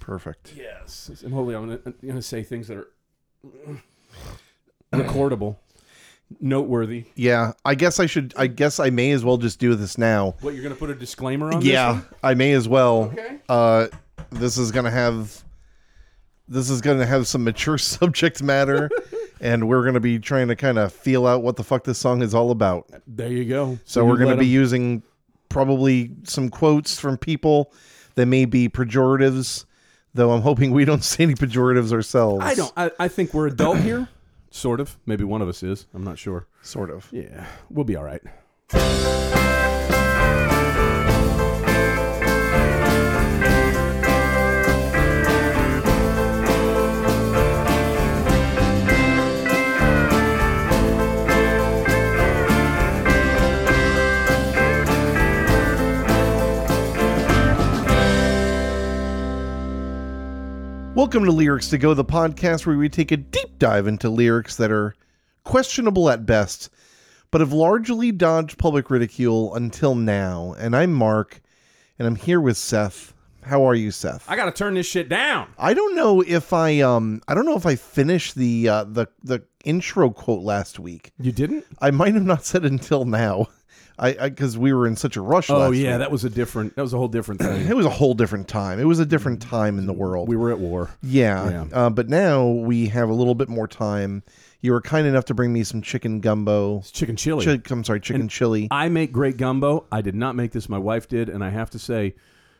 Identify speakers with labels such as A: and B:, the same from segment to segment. A: Perfect.
B: Yes, and hopefully I'm gonna, I'm gonna say things that are recordable, noteworthy.
A: Yeah, I guess I should. I guess I may as well just do this now.
B: What you're gonna put a disclaimer on? this
A: Yeah,
B: one?
A: I may as well.
B: Okay.
A: Uh, this is gonna have. This is gonna have some mature subject matter, and we're gonna be trying to kind of feel out what the fuck this song is all about.
B: There you go.
A: So we're
B: you
A: going to
B: let
A: be
B: 'em-
A: using probably some quotes from people that may be pejoratives, though I'm hoping we don't say any pejoratives ourselves.
B: I don't. I, I think we're adult here, sort of. Maybe one of us is. I'm not sure.
A: Sort of.
B: Yeah, we'll be all right.
A: Welcome to Lyrics to Go, the podcast where we take a deep dive into lyrics that are questionable at best, but have largely dodged public ridicule until now. And I'm Mark, and I'm here with Seth. How are you, Seth?
B: I gotta turn this shit down.
A: I don't know if I um I don't know if I finished the uh, the the intro quote last week.
B: You didn't?
A: I might have not said until now, I because we were in such a rush.
B: Oh
A: last
B: yeah,
A: week.
B: that was a different. That was a whole different thing.
A: it was a whole different time. It was a different time in the world.
B: we were at war.
A: yeah,
B: Yeah.
A: Uh, but now we have a little bit more time. You were kind enough to bring me some chicken gumbo.
B: It's chicken chili.
A: Chick, I'm sorry, chicken chili.
B: I make great gumbo. I did not make this. My wife did, and I have to say,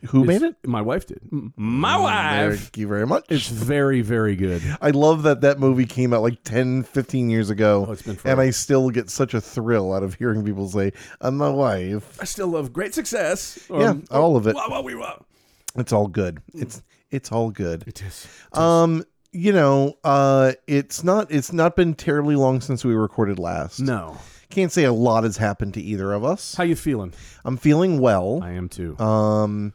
A: Who made
B: it's-
A: it?
B: My wife did. M- My wife.
A: Thank you very much.
B: It's very, very good.
A: I love that that movie came out like 10, 15 years ago.
B: Oh, it's been
A: and
B: forever.
A: I still get such a thrill out of hearing people say, I'm my wife.
B: I still love great success. Um,
A: Yeah, all of it.
B: Wow, wow, we wow.
A: It's all good. It's it's all good.
B: It is.
A: Um, you know, uh, it's not it's not been terribly long since we recorded last.
B: No.
A: Can't say a lot has happened to either of us.
B: How you feeling?
A: I'm feeling well.
B: I am too.
A: Um,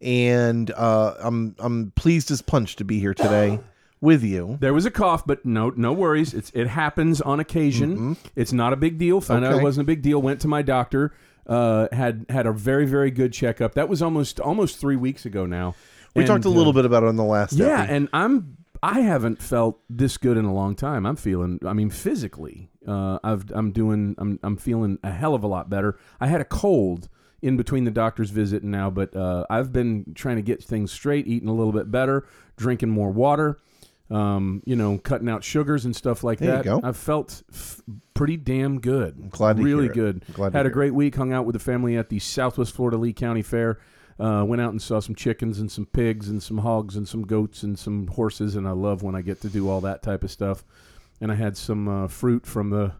A: and uh, I'm I'm pleased as punch to be here today with you.
B: there was a cough, but no, no worries. It's it happens on occasion. It's not a big deal. Found out
A: Okay.
B: it wasn't a big deal. Went to my doctor. Uh, had had a very very good checkup. That was almost almost three weeks ago now.
A: We talked a little bit about it on the last.
B: uh, Yeah,
A: epi.
B: and I'm I haven't felt this good in a long time. I'm feeling I mean physically. Uh, I've I'm doing I'm I'm feeling a hell of a lot better. I had a cold in between the doctor's visit and now, but uh, I've been trying to get things straight, eating a little bit better, drinking more water, um, you know, cutting out sugars and stuff like
A: There you
B: that.
A: go.
B: I've felt f- pretty damn good. I'm
A: glad to
B: really
A: hear it.
B: good.
A: I'm glad to
B: Had a
A: hear it.
B: great week. Hung out with the family at the Southwest Florida Lee County Fair. Uh, went out and saw some chickens and some pigs and some hogs and some goats and some horses. And I love when I get to do all that type of stuff. And I had some uh, fruit from the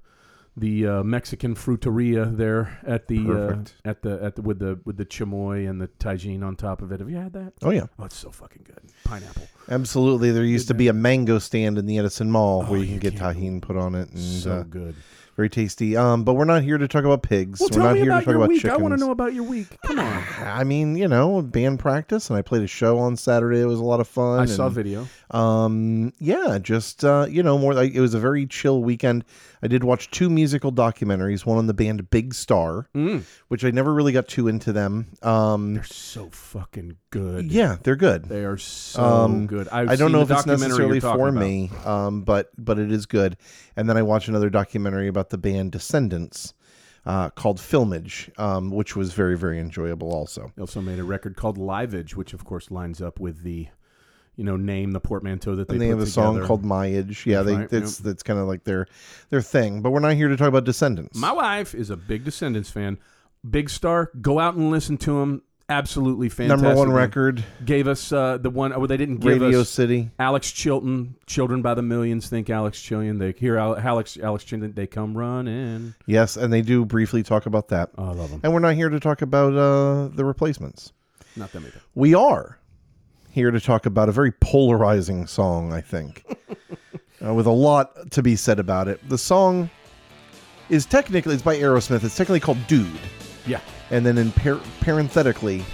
B: the uh, Mexican fruteria there at the
A: Perfect.
B: uh, at the at the with the with the chamoy and the tagine on top of it. Have you had that?
A: Oh yeah,
B: Oh, it's so fucking good. Pineapple.
A: absolutely. There used to be a mango stand in the Edison Mall where you can
B: Oh, you
A: get
B: can't-
A: tahini put on it, and
B: So
A: uh,
B: good.
A: very tasty. Um, but we're not here to talk about pigs.
B: Well,
A: we're
B: tell
A: not
B: me
A: here
B: about
A: to talk
B: your
A: about
B: week.
A: chickens.
B: I want to know about your week. Come on.
A: I mean, you know, band practice, and I played a show on Saturday. It was a lot of fun.
B: I
A: and,
B: saw video.
A: Um, yeah, just uh, you know, more like it was a very chill weekend. I did watch two musical documentaries, one on the band Big Star,
B: Mm.
A: which I never really got too into them. Um,
B: They're so fucking good.
A: yeah, they're good.
B: They are so
A: Um,
B: good. I've
A: I don't
B: seen
A: know if
B: the
A: it's
B: documentary
A: necessarily
B: you're talking
A: for
B: about.
A: me, um, but but it is good. And then I watched another documentary about the band Descendants uh, called Filmage, um, which was very very enjoyable. Also,
B: They also made a record called Liveage, which of course lines up with the, you know, name the portmanteau that they
A: and they
B: put
A: have a
B: together.
A: song called Myage. Yeah,
B: That's
A: they,
B: right,
A: that's that's kind of like their their thing. But we're not here to talk about Descendants.
B: My wife is a big Descendants fan. Big star. Go out and listen to him. Absolutely fantastic.
A: Number one
B: They
A: record,
B: Gave us uh, the one. Oh, they didn't give
A: Radio
B: us
A: City.
B: Alex Chilton. Children by the millions. Think Alex Chilton. They hear Al- Alex Alex Chilton. They come running.
A: Yes, and they do briefly talk about that.
B: Oh, I love them.
A: And we're not here to talk about uh, the replacements.
B: Not that many.
A: We are here to talk about a very polarizing song, I think, uh, with a lot to be said about it. The song is technically, it's by Aerosmith, it's technically called Dude,
B: Yeah.
A: and then in par- parenthetically,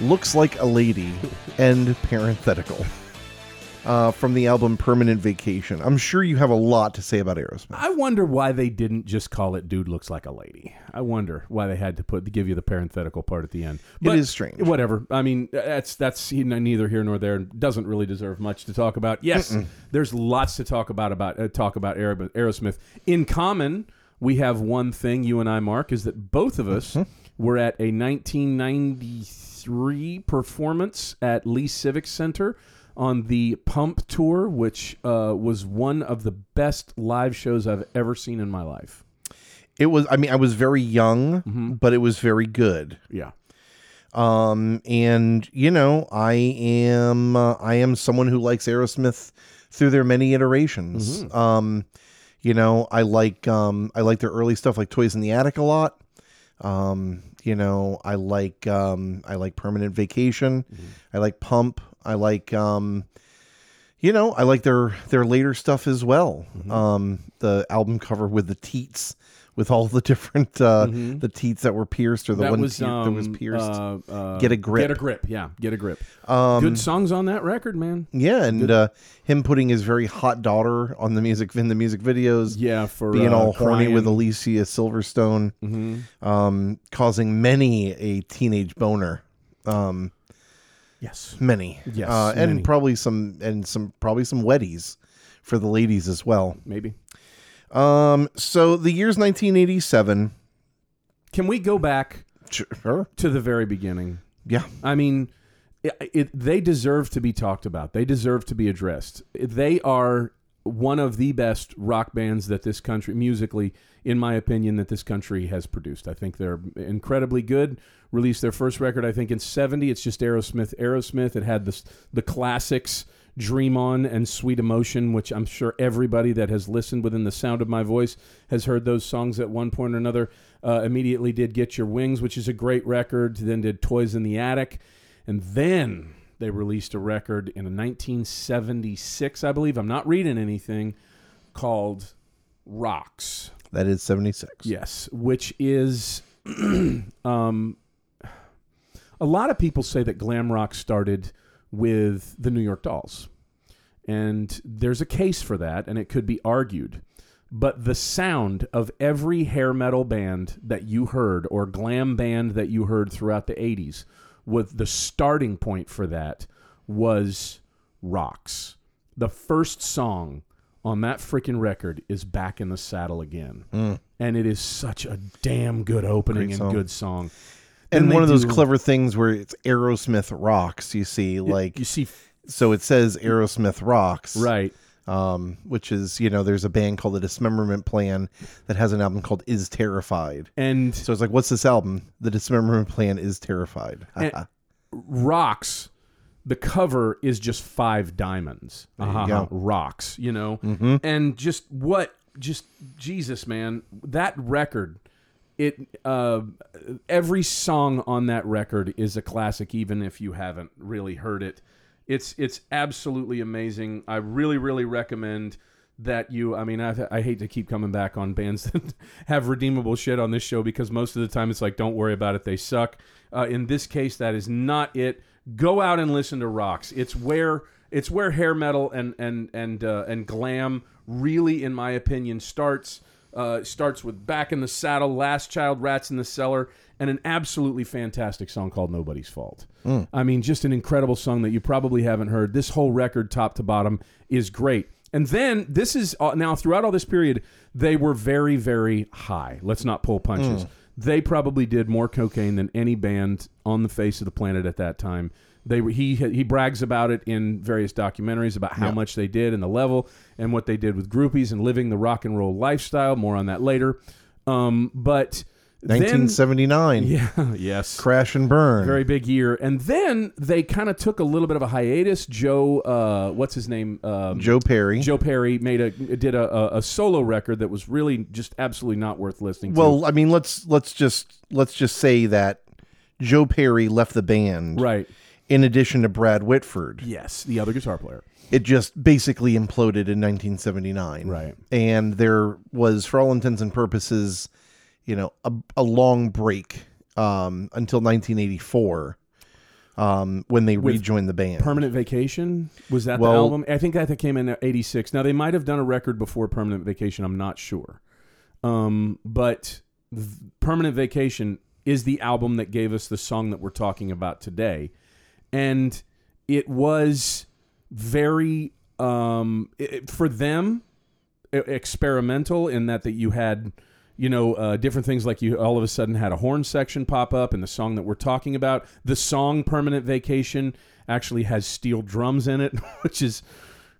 A: looks like a lady, and parenthetical. uh, from the album Permanent Vacation. I'm sure you have a lot to say about Aerosmith.
B: I wonder why they didn't just call it "Dude Looks Like a Lady." I wonder why they had to put to give you the parenthetical part at the end.
A: is strange.
B: Whatever. I mean, that's that's neither here nor there. and Doesn't really deserve much to talk about. Yes, there's lots to talk about about uh, talk about Aer- Aerosmith. In common, we have one thing you and I, Mark, is that both of us were at a 1993 performance at Lee Civic Center on the Pump Tour, which uh, was one of the best live shows I've ever seen in my life.
A: It was, I mean, I was very young, but it was very good.
B: Yeah.
A: Um, and you know, I am, uh, I am someone who likes Aerosmith through their many iterations.
B: Mm-hmm.
A: Um, you know, I like, um, I like their early stuff, like Toys in the Attic, a lot. Um, you know, I like, um, I like Permanent Vacation.
B: Mm-hmm.
A: I like Pump. I like, um, you know, I like their their later stuff as well.
B: Mm-hmm.
A: Um, the album cover with the teats, with all the different uh, the teats that were pierced or the
B: Mm-hmm. that
A: one
B: was
A: teat that was
B: um,
A: pierced.
B: uh, uh,
A: Get a Grip. Um,
B: Get a grip. Yeah, get a grip. Good songs on that record, man.
A: yeah, and uh, him putting his very hot daughter on the music in the music videos.
B: Yeah, for
A: Being
B: uh,
A: all horny with
B: crying. Mm-hmm.
A: Alicia Silverstone, um, causing many a teenage boner, um,
B: yes.
A: many,
B: Yes,
A: uh, and
B: many.
A: probably some and some probably some weddies for the ladies as well.
B: Maybe.
A: Um, so the year's 1987.
B: Can we go back
A: Sure.
B: to the very beginning?
A: Yeah.
B: I mean, it, it, they deserve to be talked about. They deserve to be addressed. They are one of the best rock bands that this country, musically, in my opinion, that this country has produced. I think they're incredibly good. Released their first record, I think, in '70. It's just Aerosmith. Aerosmith. It had this, the classics. Dream On and Sweet Emotion, which I'm sure everybody that has listened within the sound of my voice has heard those songs at one point or another. Uh, immediately did Get Your Wings, which is a great record, then did Toys in the Attic. And then they released a record in 1976, I believe. I'm not reading anything called Rocks.
A: That is 76.
B: Yes, which is um, a lot of people say that glam rock started with the New York Dolls. And there's a case for that, and it could be argued. But the sound of every hair metal band that you heard or glam band that you heard throughout the 80s was the starting point for that was Rocks. The first song on that freaking record is Back in the Saddle Again. And it is such a damn good opening
A: Mm. Great
B: and
A: song.
B: good song. Then
A: And
B: they
A: one of those
B: do-
A: clever things where it's Aerosmith rocks, you see, like
B: You see,
A: so it says Aerosmith rocks.
B: right.
A: Um, which is, you know, there's a band called the Dismemberment Plan that has an album called Is Terrified.
B: And
A: So it's like, what's this album? The Dismemberment Plan is Terrified. Ah,
B: And- rocks. The cover is just five diamonds. Uh-huh.
A: go.
B: Rocks, you know, and just what, just Jesus, man, that record. It uh, every song on that record is a classic, even if you haven't really heard it. It's it's absolutely amazing. I really really recommend that you. I mean, I, I hate to keep coming back on bands that have redeemable shit on this show because most of the time it's like, don't worry about it, they suck. Uh, in this case, that is not it. Go out and listen to Rocks. It's where it's where hair metal and and and uh, and glam really, in my opinion, starts. Uh, starts with "Back in the Saddle," "Last Child," "Rats in the Cellar," and an absolutely fantastic song called "Nobody's Fault." I mean, just an incredible song that you probably haven't heard. This whole record, top to bottom, is great. And then this is uh, now throughout all this period, they were very, very high. Let's not pull punches. They probably did more cocaine than any band on the face of the planet at that time. They were, he he brags about it in various documentaries about how much they did and the level and what they did with groupies and living the rock and roll lifestyle. More on that later. Um, but then
A: 1979.
B: yeah yes
A: Crash and Burn.
B: very big year. And then they kind of took a little bit of a hiatus. Joe, uh, what's his name? Um,
A: Joe Perry.
B: Joe Perry made a did a, a, a solo record that was really just absolutely not worth listening to.
A: well, I mean, let's let's just let's just say that Joe Perry left the band
B: right.
A: in addition to Brad Whitford.
B: Yes, the other guitar player.
A: it just basically imploded in 1979.
B: Right.
A: And there was, for all intents and purposes, you know, a, a long break um, until 1984, um, when they
B: With
A: rejoined the band.
B: Permanent Vacation was that
A: Well-
B: the album? I think that that came in '86. Now they might have done a record before Permanent Vacation. I'm not sure, um, but th- Permanent Vacation is the album that gave us the song that we're talking about today, and it was very um, it- it- for them e- experimental in that that you had you know uh, different things like you all of a sudden had a horn section pop up in the song that we're talking about the song permanent vacation actually has steel drums in it which is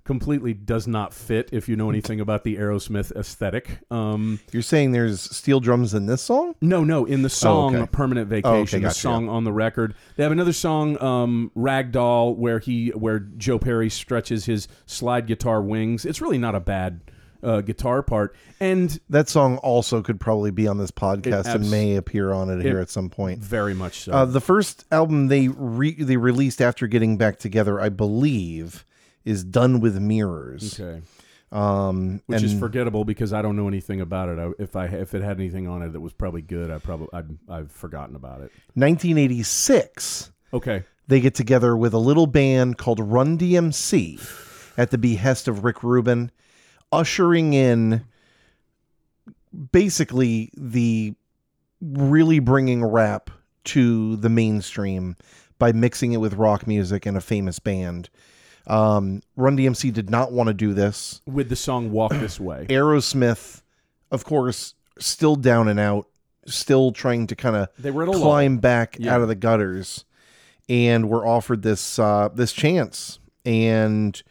B: completely does not fit if you know anything about the aerosmith aesthetic um,
A: You're saying there's steel drums in this song?
B: no no in the song
A: Oh, okay.
B: permanent vacation the
A: gotcha,
B: song on the record they have another song um, ragdoll where he where joe perry stretches his slide guitar wings it's really not a bad uh, guitar part and
A: That song also could probably be on this podcast
B: abs-
A: and may appear on it here at some point.
B: very much so
A: Uh, the first album they re- they released after getting back together, I believe, is Done with Mirrors.
B: Okay,
A: Um,
B: which is forgettable because I don't know anything about it. I, if I if it had anything on it that was probably good, I probably I'd, I've forgotten about it.
A: 1986.
B: Okay,
A: They get together with a little band called Run DMC at the behest of Rick Rubin, ushering in basically the really bringing rap to the mainstream by mixing it with rock music and a famous band. Um, Run DMC did not want to do this.
B: with the song "Walk This Way,"
A: Aerosmith, of course, still down and out, still trying to kind of
B: they were at a loss.
A: climb back
B: Yeah.
A: out of the gutters, and were offered this uh, this chance and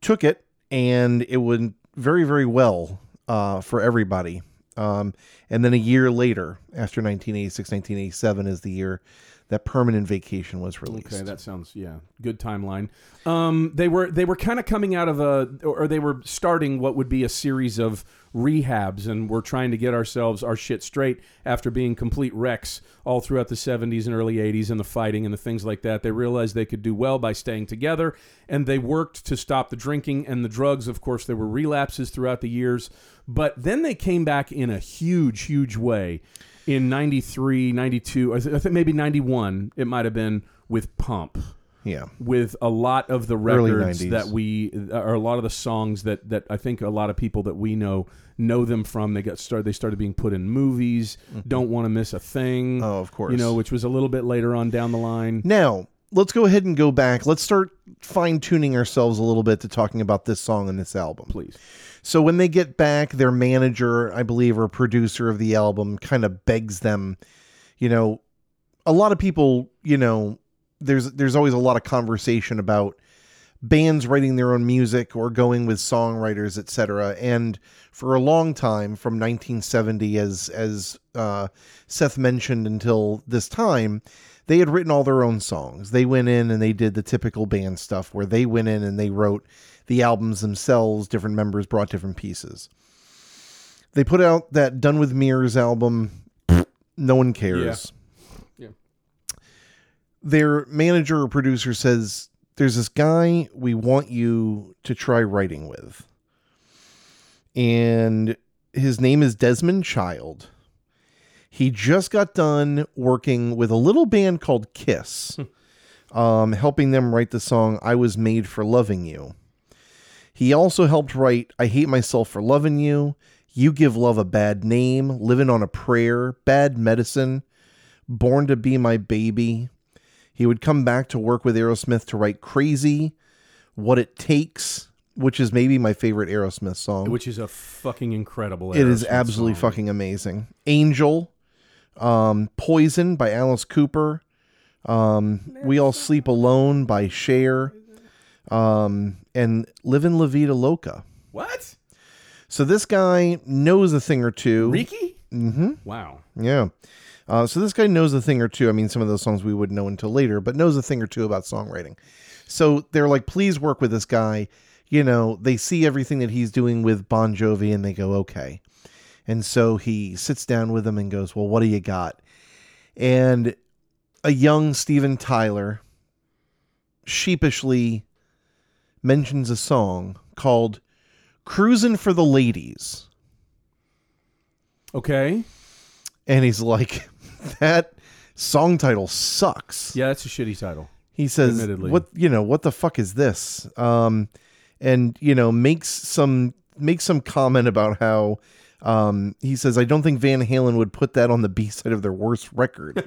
A: took it, and it went very very well uh, for everybody. Um, and then a year later, after 1986, 1987 is the year that Permanent Vacation was released.
B: Okay, that sounds yeah, good timeline. Um, they were they were kind of coming out of a or they were starting what would be a series of rehabs, and we're trying to get ourselves our shit straight after being complete wrecks all throughout the '70s and early '80s and the fighting and the things like that. They realized they could do well by staying together, and they worked to stop the drinking and the drugs. Of course, there were relapses throughout the years, but then they came back in a huge, huge way in 93 92 i, th- I think maybe 91 it might have been with pump
A: yeah.
B: with a lot of the
A: Early
B: records
A: 90s.
B: that we or a lot of the songs that that i think a lot of people that we know know them from they got started they started being put in movies don't want to miss a thing
A: Oh, Mm-hmm. of course.
B: you know which was a little bit later on down the line
A: Now, let's go ahead and go back. Let's start fine tuning ourselves a little bit to talking about this song and this album.
B: please
A: So, when they get back, their manager, I believe, or producer of the album kind of begs them, you know, a lot of people, you know, there's there's always a lot of conversation about bands writing their own music or going with songwriters, etc. And for a long time, from 1970, as as uh, Seth mentioned, until this time, they had written all their own songs. They went in and they did the typical band stuff, where they went in and they wrote the albums themselves. Different members brought different pieces. They put out that Done with Mirrors album. No one cares.
B: Yeah. Yeah.
A: Their manager or producer says, There's this guy we want you to try writing with. And his name is Desmond Child. He just got done working with a little band called Kiss, um, helping them write the song I Was Made for Loving You. He also helped write I Hate Myself for Loving You, You Give Love a Bad Name, Living on a Prayer, Bad Medicine, Born to Be My Baby. He would come back to work with Aerosmith to write Crazy, What It Takes, which is maybe my favorite Aerosmith song.
B: which is a fucking incredible
A: It is
B: Aerosmith
A: absolutely
B: song.
A: fucking amazing. Angel, um, Poison by Alice Cooper, um, We All Sleep Alone by Cher, um, and Livin' La Vida Loca.
B: what
A: So this guy knows a thing or two.
B: Ricky?
A: hmm
B: Wow.
A: Yeah. Uh, so this guy knows a thing or two. I mean, some of those songs we wouldn't know until later, but knows a thing or two about songwriting. So they're like, please work with this guy. You know, they see everything that he's doing with Bon Jovi and they go, okay. And so he sits down with them and goes, well, what do you got? And a young Steven Tyler sheepishly mentions a song called Cruisin' for the Ladies.
B: Okay.
A: And he's like, that Song title sucks.
B: Yeah, that's a shitty title.
A: He says,
B: Admittedly.
A: "What you know? What the fuck is this?" Um, and you know, makes some makes some comment about how um, he says, "I don't think Van Halen would put that on the B side of their worst record."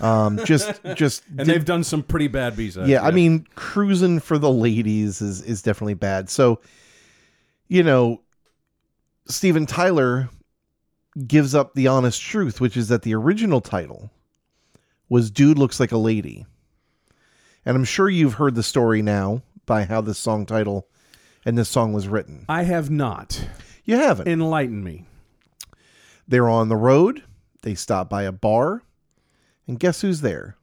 A: um, just, just,
B: And
A: did-
B: they've done some pretty bad B sides.
A: yeah, I mean, cruising for the ladies is is definitely bad. So, you know, Steven Tyler gives up the honest truth, which is that the original title was "Dude Looks Like a Lady," and I'm sure you've heard the story now by how this song title and this song was written.
B: I have not.
A: You haven't.
B: Enlighten me.
A: They're on the road. They stop by a bar, and guess who's there?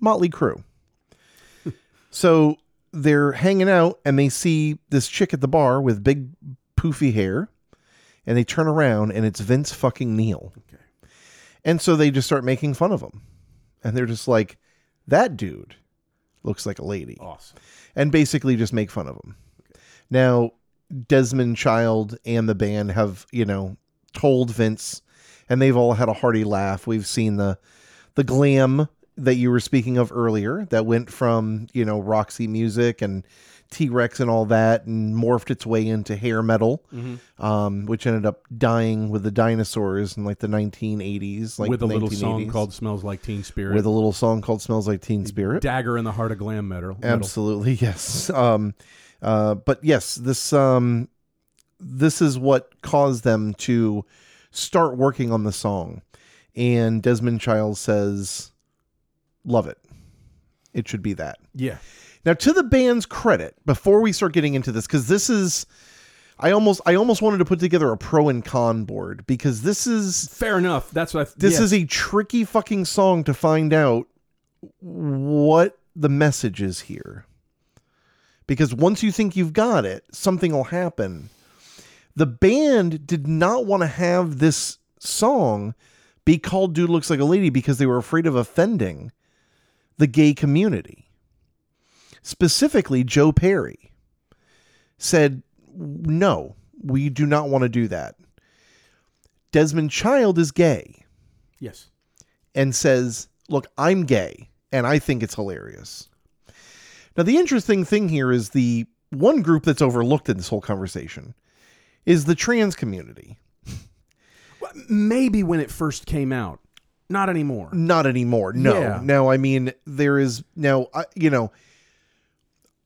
A: Motley Crue. so they're hanging out, and they see this chick at the bar with big poofy hair, and they turn around, and it's Vince fucking Neil.
B: Okay.
A: And so they just start making fun of him, and they're just like, "That dude looks like a lady."
B: Awesome.
A: and basically just make fun of him. Now, Desmond Child and the band have, you know, told Vince, and they've all had a hearty laugh. We've seen the the glam that you were speaking of earlier that went from, you know, Roxy music and T Rex and all that and morphed its way into hair metal,
B: Mm-hmm.
A: um, which ended up dying with the dinosaurs in like the 1980s. Like
B: With a little
A: 1980s,
B: song called Smells Like Teen Spirit.
A: With a little song called Smells Like Teen Spirit.
B: Dagger in the Heart of Glam Metal. metal.
A: Absolutely, yes. Um, uh, but yes, this um, this is what caused them to start working on the song. And Desmond Child says, "Love it. It should be that."
B: Yeah.
A: Now, to the band's credit, before we start getting into this, because this is, I almost I almost wanted to put together a pro and con board because this is
B: Fair enough. That's what I.
A: this
B: yeah.
A: is a tricky fucking song to find out what the message is here. Because once you think you've got it, something will happen. The band did not want to have this song be called Dude Looks Like a Lady because they were afraid of offending the gay community. Specifically, Joe Perry said, No, we do not want to do that. Desmond Child is gay
B: Yes.
A: and says, Look, I'm gay and I think it's hilarious. Now, the interesting thing here is the one group that's overlooked in this whole conversation is the trans community.
B: Maybe when it first came out. Not anymore.
A: Not anymore. No.
B: Yeah.
A: No, I mean, there is now, I, you know,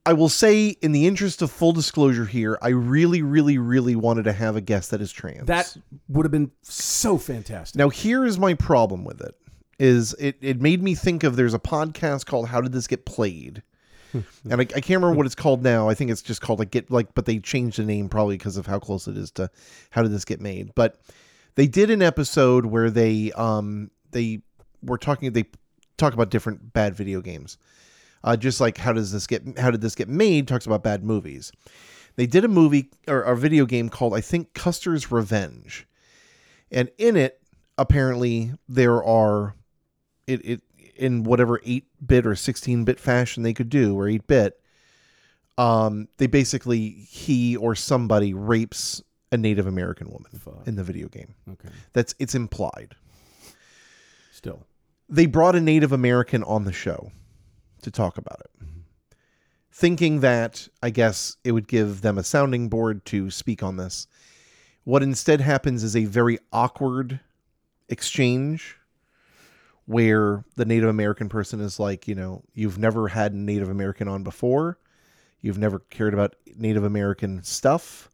A: I will say in the interest of full disclosure here, I really, really, really wanted to have a guest that is trans.
B: That would have been so fantastic.
A: Now here is my problem with it is it it made me think of there's a podcast called How Did This Get Played? and I, I can't remember what it's called now. I think it's just called like get like but they changed the name probably because of how close it is to How Did This Get Made? But they did an episode where they um they were talking they talk about different bad video games. Uh, just like how does this get how did this get made talks about bad movies. They did a movie or a video game called I think Custer's Revenge and in it apparently there are it, it in whatever 8-bit or 16-bit fashion they could do or 8-bit um they basically he or somebody rapes a native american woman
B: Fuck.
A: in the video game
B: Okay.
A: that's it's implied
B: Still.
A: they brought a Native American on the show to talk about it, thinking that I guess it would give them a sounding board to speak on this. What instead happens is a very awkward exchange where the Native American person is like, you know, you've never had a Native American on before. You've never cared about Native American stuff.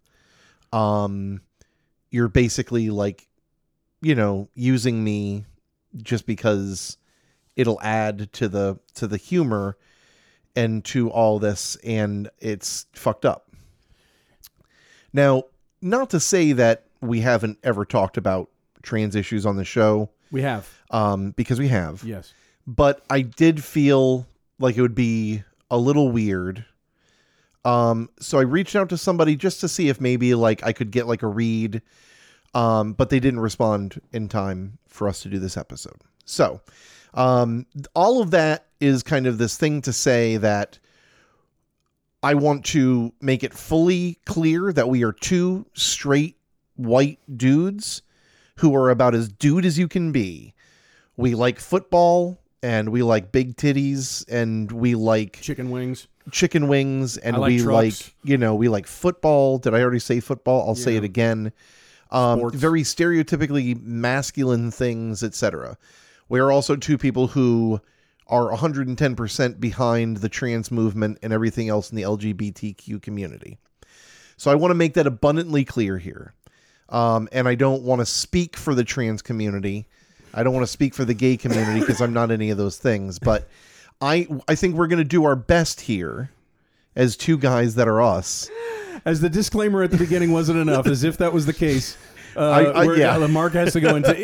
A: Um, you're basically like, you know, using me just because it'll add to the to the humor and to all this and it's fucked up. Now, not to say that we haven't ever talked about trans issues on the show
B: We have.
A: um because we have
B: Yes.
A: but I did feel like it would be a little weird. Um, so I reached out to somebody just to see if maybe like I could get like a read. Um, but they didn't respond in time for us to do this episode. So, um, all of that is kind of this thing to say that I want to make it fully clear that we are two straight white dudes who are about as dude as you can be We like football and we like big titties and we like
B: Chicken wings.
A: chicken wings and
B: I like
A: we
B: trucks.
A: like you know we like football did i already say football i'll say
B: Yeah.
A: it again um,
B: Sports.
A: very stereotypically masculine things etc we are also two people who are 110% behind the trans movement and everything else in the lgbtq community so i want to make that abundantly clear here um, and i don't want to speak for the trans community i don't want to speak for the gay community because i'm not any of those things but i i think we're going to do our best here as two guys that are us.
B: As the disclaimer at the beginning wasn't enough, as if that was the case. Uh,
A: I-
B: where
A: yeah.
B: uh, Mark has to go into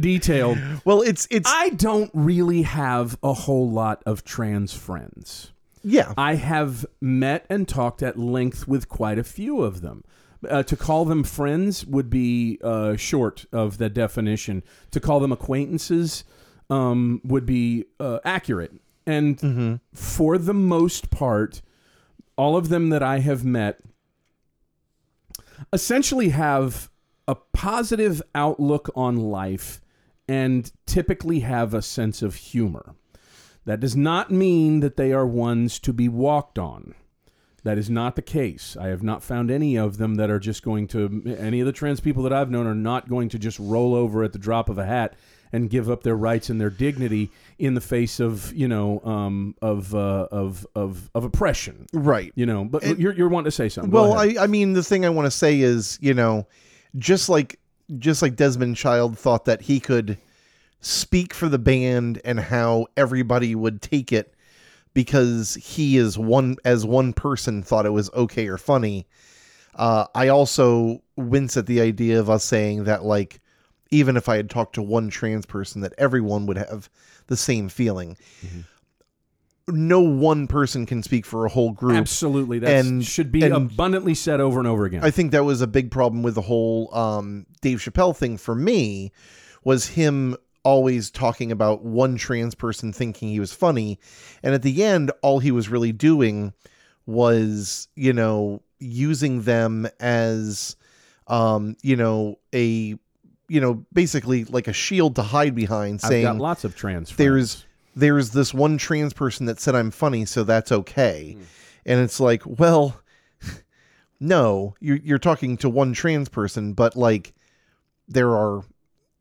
B: detail.
A: Well, it's it's
B: I don't really have a whole lot of trans friends.
A: yeah.
B: I have met and talked at length with quite a few of them. Uh, to call them friends would be uh, short of the definition. To call them acquaintances um, would be uh, accurate. And for the most part, all of them that I have met essentially have a positive outlook on life and typically have a sense of humor. That does not mean that they are ones to be walked on. That is not the case. I have not found any of them that are just going to, any of the trans people that I've known are not going to just roll over at the drop of a hat and give up their rights and their dignity in the face of, you know, um, of, uh, of, of, of oppression.
A: right.
B: You know, but you're, you're wanting to say something. Go
A: Well,
B: ahead.
A: I I mean the thing I want to say is, you know, just like just like Desmond Child thought that he could speak for the band and how everybody would take it because he is one as one person thought it was okay or funny. Uh, I also wince at the idea of us saying that like even if I had talked to one trans person that everyone would have the same feeling.
B: Mm-hmm.
A: No one person can speak for a whole group.
B: absolutely. That
A: and-
B: should be
A: and-
B: abundantly said over and over again.
A: I think that was a big problem with the whole um, Dave Chappelle thing for me was him always talking about one trans person thinking he was funny and at the end all he was really doing was you know using them as um you know a you know basically like a shield to hide behind
B: I've
A: saying
B: got lots of trans.
A: there's
B: friends.
A: there's this one trans person that said I'm funny, so that's okay. And it's like, well, no, you're you're talking to one trans person, but like there are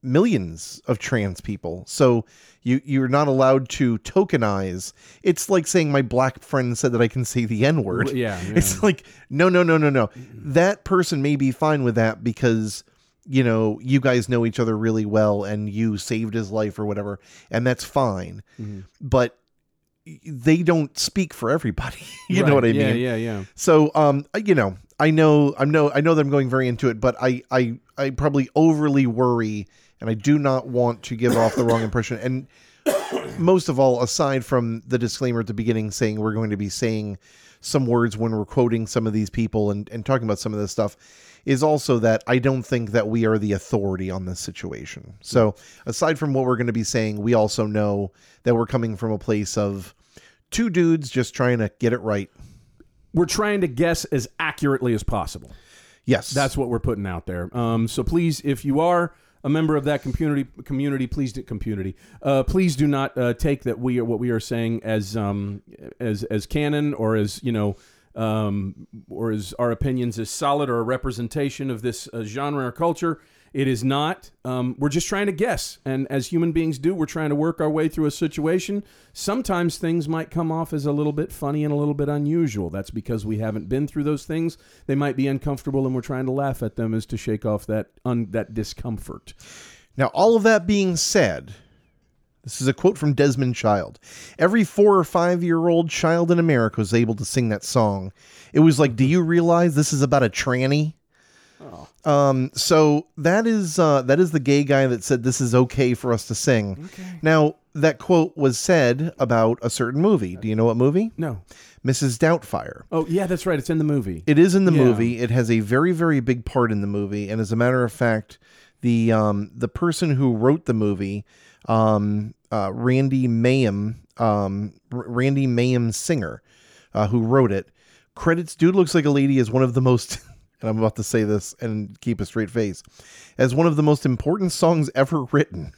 A: millions of trans people. So you you're not allowed to tokenize. It's like saying my black friend said that I can say the N-word.
B: yeah, yeah.
A: It's like, no, no, no, no, no. That person may be fine with that because, you know, you guys know each other really well and you saved his life or whatever, and that's fine.
B: Mm-hmm.
A: But they don't speak for everybody. you
B: Right.
A: know what I
B: Yeah,
A: mean?
B: yeah, yeah.
A: So, um, you know, I know, I know, I know that I'm going very into it, but I, I, I probably overly worry, and I do not want to give off the wrong impression. And most of all, aside from the disclaimer at the beginning saying we're going to be saying some words when we're quoting some of these people and, and talking about some of this stuff, is also that I don't think that we are the authority on this situation. So, aside from what we're going to be saying, we also know that we're coming from a place of two dudes just trying to get it right.
B: we're trying to guess as accurately as possible.
A: Yes.
B: That's what we're putting out there. Um, so please, if you are a member of that community, community, please do, community, uh, please do not uh, take that we are what we are saying as um, as as canon or as you know. Um, or as our opinions as solid or a representation of this uh, genre or culture. It is not. Um, we're just trying to guess, and as human beings do, we're trying to work our way through a situation. Sometimes things might come off as a little bit funny and a little bit unusual. That's because we haven't been through those things. They might be uncomfortable, and we're trying to laugh at them as to shake off that un- that discomfort.
A: Now, all of that being said, this is a quote from Desmond Child. Every four or five year old child in America was able to sing that song. It was like, do you realize this is about a tranny? Um, so that is uh, that is the gay guy that said this is okay for us to sing. Now that quote was said about a certain movie. Do you know what movie?
B: No.
A: Mrs. Doubtfire.
B: Oh yeah, that's right. It's in the movie.
A: It is in the
B: Yeah.
A: movie. It has a very, very big part in the movie. And as a matter of fact, the um, the person who wrote the movie, um, uh, Randy Mayhem, um, R- Randy Mayhem singer, uh, who wrote it, credits "Dude Looks Like a Lady" as one of the most. And I'm about to say this and keep a straight face, as one of the most important songs ever written.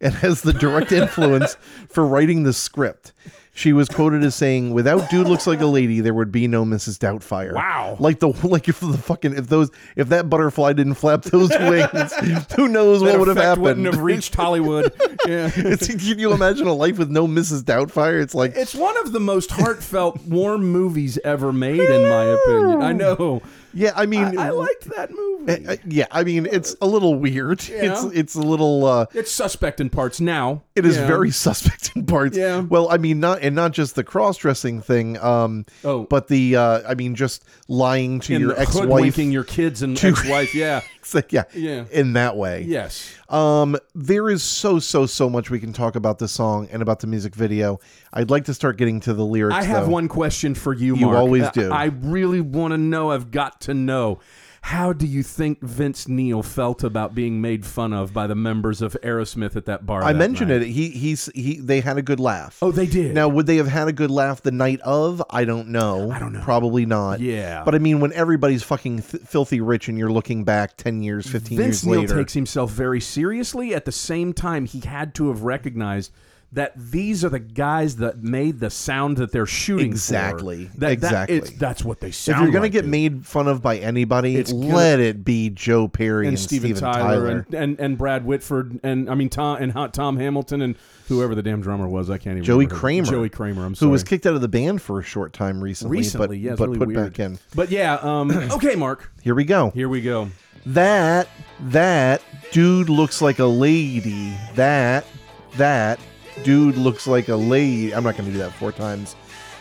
A: and has the direct influence for writing the script. She was quoted as saying, "Without dude looks like a lady, there would be no Mrs. Doubtfire."
B: Wow.
A: Like the like if the fucking if those if that butterfly didn't flap those wings, who knows what would have
B: effect
A: happened?
B: Wouldn't have reached Hollywood. Yeah.
A: It's- can you imagine a life with no Mrs. Doubtfire? It's like
B: It's one of the most heartfelt, warm movies ever made, in my opinion. I know.
A: yeah, I mean,
B: I, I liked that movie.
A: uh, yeah, I mean, it's a little weird. It's it's a little. uh
B: It's suspect in parts now.
A: It is
B: Yeah.
A: very suspect in parts.
B: Yeah.
A: Well, I mean, not and not just the cross-dressing thing. Um,
B: Oh.
A: but the uh, I mean, just lying to
B: in
A: your
B: the
A: ex-wife.
B: hoodwinking your kids and ex-wife. Yeah.
A: It's like, yeah,
B: Yeah.
A: in that way.
B: Yes.
A: Um, there is so so so much we can talk about this song and about the music video. I'd like to start getting to the lyrics.
B: I have
A: though.
B: one question for you,
A: You
B: Mark.
A: always
B: I-
A: do.
B: I really want to know. I've got to know. How do you think Vince Neil felt about being made fun of by the members of Aerosmith at that bar?
A: I mentioned it. He he's he. They had a good laugh.
B: Oh, they did.
A: Now, would they have had a good laugh the night of? I don't know. I
B: don't know.
A: Probably not.
B: Yeah.
A: But I mean, when everybody's fucking th- filthy rich and you're looking back 10 years, 15
B: Vince
A: years
B: Neil
A: later.
B: takes himself very seriously. At the same time, he had to have recognized that these are the guys that made the sound that they're shooting. for.
A: Exactly.
B: That- that-
A: Exactly.
B: it's- that's what they
A: if
B: sound.
A: you're going
B: like,
A: to get
B: dude.
A: made fun of by anybody,
B: It's gonna-
A: let it be Joe Perry and,
B: and Steven, Tyler, And, and and Brad Whitford and I mean Tom and Hot Tom Hamilton and whoever the damn drummer was I can't even
A: Joey
B: remember.
A: Kramer.
B: Joey Kramer I'm
A: who
B: sorry
A: was kicked out of the band for a short time recently,
B: recently
A: but,
B: yeah it's
A: but
B: really
A: put
B: weird.
A: back in.
B: but yeah um okay Mark
A: Here we go.
B: here we go
A: That, that dude looks like a lady. That, that dude looks like a lady. I'm not going to do that four times.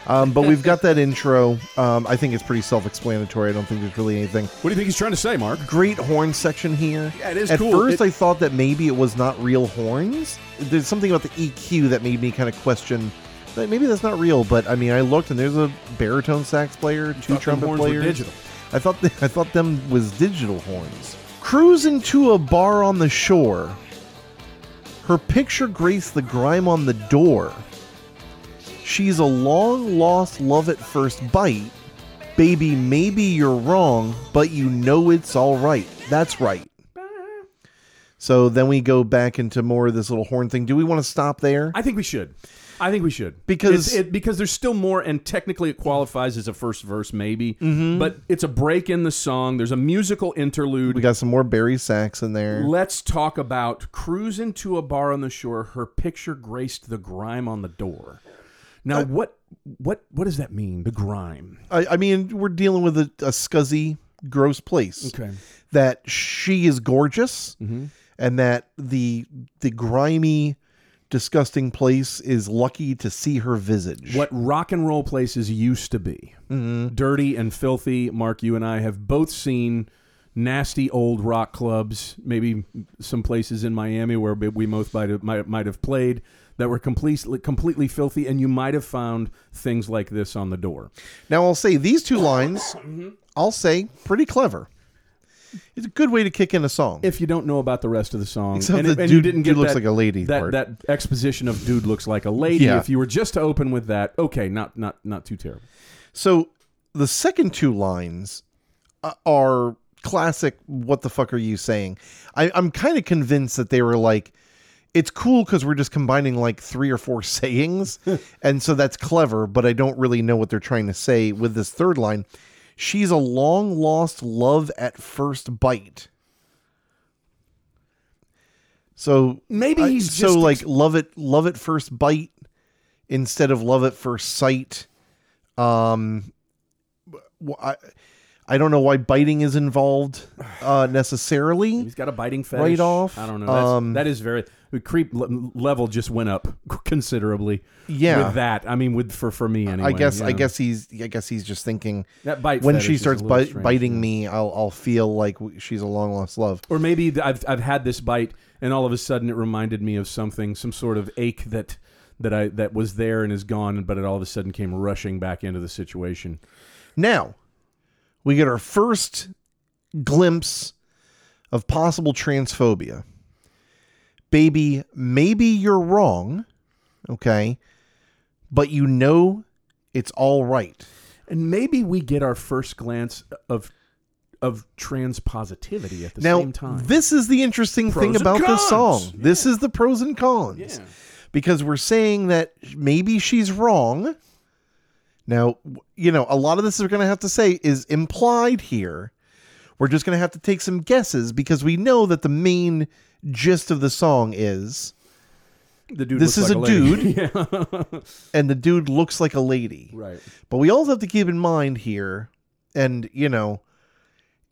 A: Um, but we've got that intro. Um, I think it's pretty self explanatory. I don't think there's really anything.
B: what do you think he's trying to say Mark
A: Great horn section here.
B: Yeah, it is
A: At
B: cool.
A: first,
B: It-
A: I thought that maybe it was not real horns. There's something about the EQ that made me kind of question. Like, maybe that's not real, but I mean, I looked and there's a baritone sax player, two
B: thought the
A: trumpet
B: horns were
A: players.
B: digital.
A: I thought th- I thought them was digital horns. Cruising to a bar on the shore. Her picture graced the grime on the door. She's a long lost love at first bite. Baby, maybe you're wrong, but you know it's all right. That's right. So then we go back into more of this little horn thing. Do we want to stop there?
B: I think we should I think we should
A: Because-
B: It's- it, because there's still more and technically it qualifies as a first verse maybe
A: Mm-hmm.
B: but it's a break in the song there's a musical interlude
A: we got some more Barry Sachs in there.
B: Let's talk about cruising to a bar on the shore. Her picture graced the grime on the door. Now, what what what does that mean? The grime.
A: I, I mean, we're dealing with a, a scuzzy, gross place.
B: Okay. Mm-hmm.
A: That she is gorgeous, and that the the grimy, disgusting place is lucky to see her visage.
B: What rock and roll places used to be, dirty and filthy. Mark, you and I have both seen nasty old rock clubs. Maybe some places in Miami where we both might have, might, might have played that were completely completely filthy, and you might have found things like this on the door.
A: Now I'll say these two lines. I'll say pretty clever. It's a good way to kick in a song.
B: if you don't know about the rest of the song,
A: Except
B: and,
A: the
B: if- and
A: dude-
B: you didn't
A: dude
B: get
A: looks
B: that,
A: like a lady
B: that,
A: part.
B: that exposition of dude looks like a lady.
A: Yeah.
B: If you were just to open with that, okay, not not not too terrible.
A: So the second two lines uh, are classic. What the fuck are you saying? I, I'm kind of convinced that they were like, it's cool because we're just combining like three or four sayings, and so that's clever. But I don't really know what they're trying to say with this third line. She's a long lost love at first bite. So
B: Maybe
A: I-
B: he's
A: so
B: just
A: like love it love at first bite instead of love at first sight um wh- I, I don't know why biting is involved uh necessarily
B: He's got a biting fetish.
A: Right off,
B: I don't know. That's,
A: um,
B: that is very the creep le- level just went up considerably.
A: Yeah.
B: with that I mean with for for me anyway.
A: i guess i
B: yeah.
A: guess he's i guess he's just thinking
B: that bite
A: when
B: fetish
A: she
B: is a
A: starts
B: little
A: bi-
B: strange,
A: biting
B: yeah.
A: me i'll i'll feel like w- she's a long lost love
B: or maybe th- I've I've had this bite, and all of a sudden it reminded me of something, some sort of ache that that I that was there and is gone, but it all of a sudden came rushing back into the situation.
A: Now, we get our first glimpse of possible transphobia. Baby, maybe you're wrong, okay? But you know it's all right.
B: And maybe we get our first glance of of trans positivity at the
A: now,
B: same time.
A: this is the interesting
B: Pros
A: thing
B: and
A: about this song.
B: cons.
A: This is the pros and cons.
B: Yeah.
A: Because we're saying that maybe she's wrong. Now, w- you know, a lot of this we're going to have to say is implied here. We're just going to have to take some guesses because we know that the main gist of the song is,
B: the dude
A: This
B: looks
A: is
B: like
A: a
B: lady. yeah.
A: and the dude looks like a lady.
B: right.
A: But we also have to keep in mind here, and you know,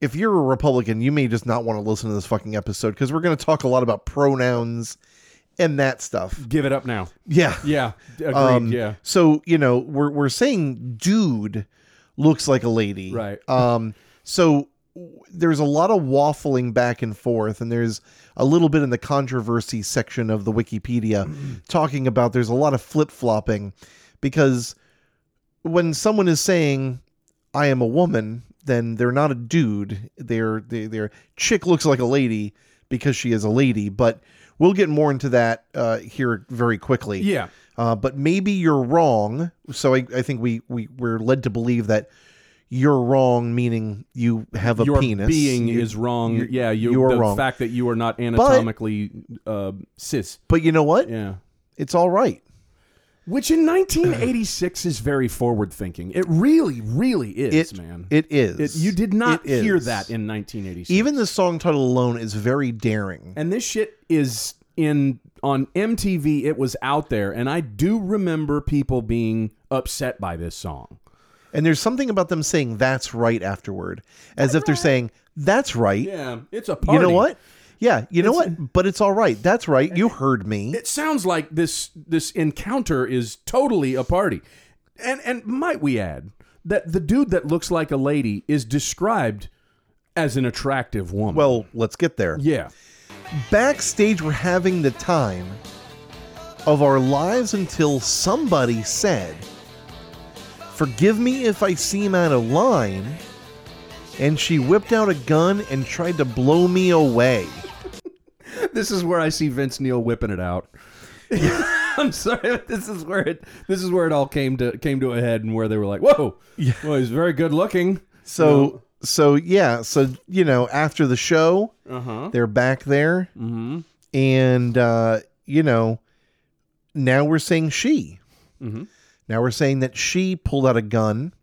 A: if you're a Republican, you may just not want to listen to this fucking episode because we're going to talk a lot about pronouns and that stuff.
B: Give it up now.
A: Yeah.
B: Yeah. Agreed.
A: Um,
B: yeah.
A: So you know, we're we're saying dude looks like a lady,
B: Right.
A: Um. So w- there's a lot of waffling back and forth, and there's a little bit in the controversy section of the Wikipedia talking about there's a lot of flip flopping because when someone is saying I am a woman, then they're not a dude. They're they, they're chick looks like a lady because she is a lady, but. We'll get more into that uh, here very quickly.
B: Yeah.
A: Uh, but maybe you're wrong. So I, I think we, we, we're led to believe that you're wrong, meaning you have a
B: your
A: penis.
B: being
A: You-
B: is wrong.
A: you-
B: yeah, you,
A: you are
B: the
A: wrong.
B: fact that you are not anatomically uh, cis.
A: but you know what?
B: Yeah.
A: It's all right.
B: Which in 1986 is very forward thinking. It really, really is,
A: It-
B: man.
A: It is.
B: It- you did not
A: It
B: hear
A: is.
B: that in 1986.
A: Even the song title alone is very daring.
B: and this shit is in on MTV. It was out there, and I do remember people being upset by this song.
A: And there's something about them saying that's right afterward, as if they're saying, that's right.
B: Yeah, it's a
A: you
B: party.
A: know what? Yeah, you know what? But it's all right. That's right. You heard me.
B: It sounds like this this encounter is totally a party, and and might we add that the dude that looks like a lady is described as an attractive woman.
A: Well, let's get there.
B: yeah,
A: Backstage, we're having the time of our lives until somebody said, Forgive me if I seem out of line. And she whipped out a gun and tried to blow me away.
B: this is where I see Vince Neil whipping it out. I'm sorry. but This is where it. This is where it all came to came to a head, and where they were like, "Whoa, yeah. well, he's very good looking."
A: So, so yeah, so, you know, after the show,
B: Uh huh.
A: they're back there.
B: Mm-hmm.
A: And, uh, you know, now we're saying she.
B: Mhm.
A: Now we're saying that she pulled out a gun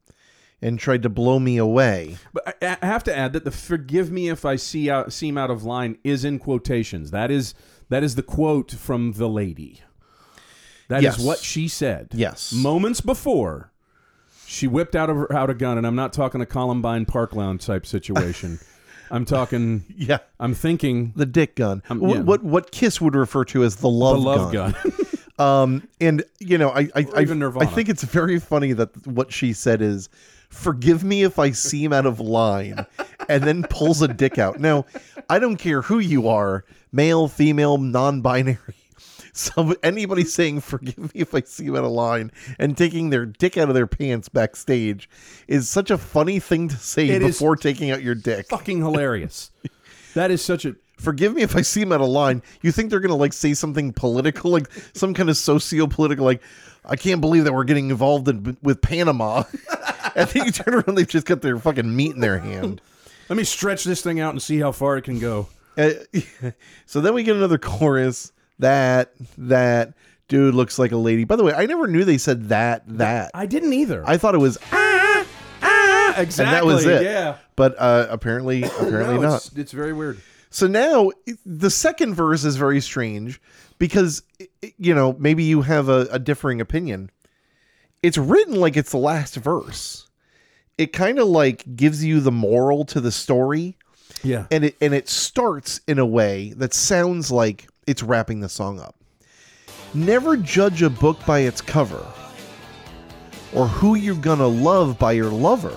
A: and tried to blow me away.
B: But I, I have to add that the "forgive me if I see out, seem out of line" is in quotations. That is that is the quote from the lady. That is
A: Yes.
B: what she said.
A: Yes.
B: Moments before, she whipped out of her, out a gun, and I'm not talking a Columbine Park Lounge type situation. I'm talking.
A: Yeah.
B: I'm thinking
A: the dick gun. Wh-
B: Um, yeah.
A: What what Kiss would refer to as the
B: the
A: love,
B: love
A: gun.
B: gun.
A: Um, and you know, I I, I,
B: even
A: I
B: Nirvana.
A: think it's very funny that what she said is, "Forgive me if I seem out of line," and then pulls a dick out. Now, I don't care who you are, male, female, non-binary. Some anybody saying "forgive me if I seem out of line" and taking their dick out of their pants backstage is such a funny thing to say
B: It is-
A: before taking out your dick.
B: Fucking hilarious. That is such a
A: forgive me if I seem out of line. You think they're gonna like say something political, like some kind of socio-political, like I can't believe that we're getting involved in, with Panama. and then you turn around, they've just got their fucking meat in their hand.
B: let me stretch this thing out and see how far it can go.
A: Uh, so then we get another chorus. That that dude looks like a lady. By the way, I never knew they said that that.
B: I didn't either.
A: I thought it was,
B: ah, ah, exactly.
A: and that was it.
B: Yeah.
A: But uh, apparently, apparently
B: No,
A: not.
B: It's, it's very weird.
A: So now it- the second verse is very strange because, i- i- you know, maybe you have a, a differing opinion. It's written like it's the last verse. It kind of like gives you the moral to the story
B: Yeah.
A: and it and it starts in a way that sounds like it's wrapping the song up. Never judge a book by its cover or who you're gonna love by your lover.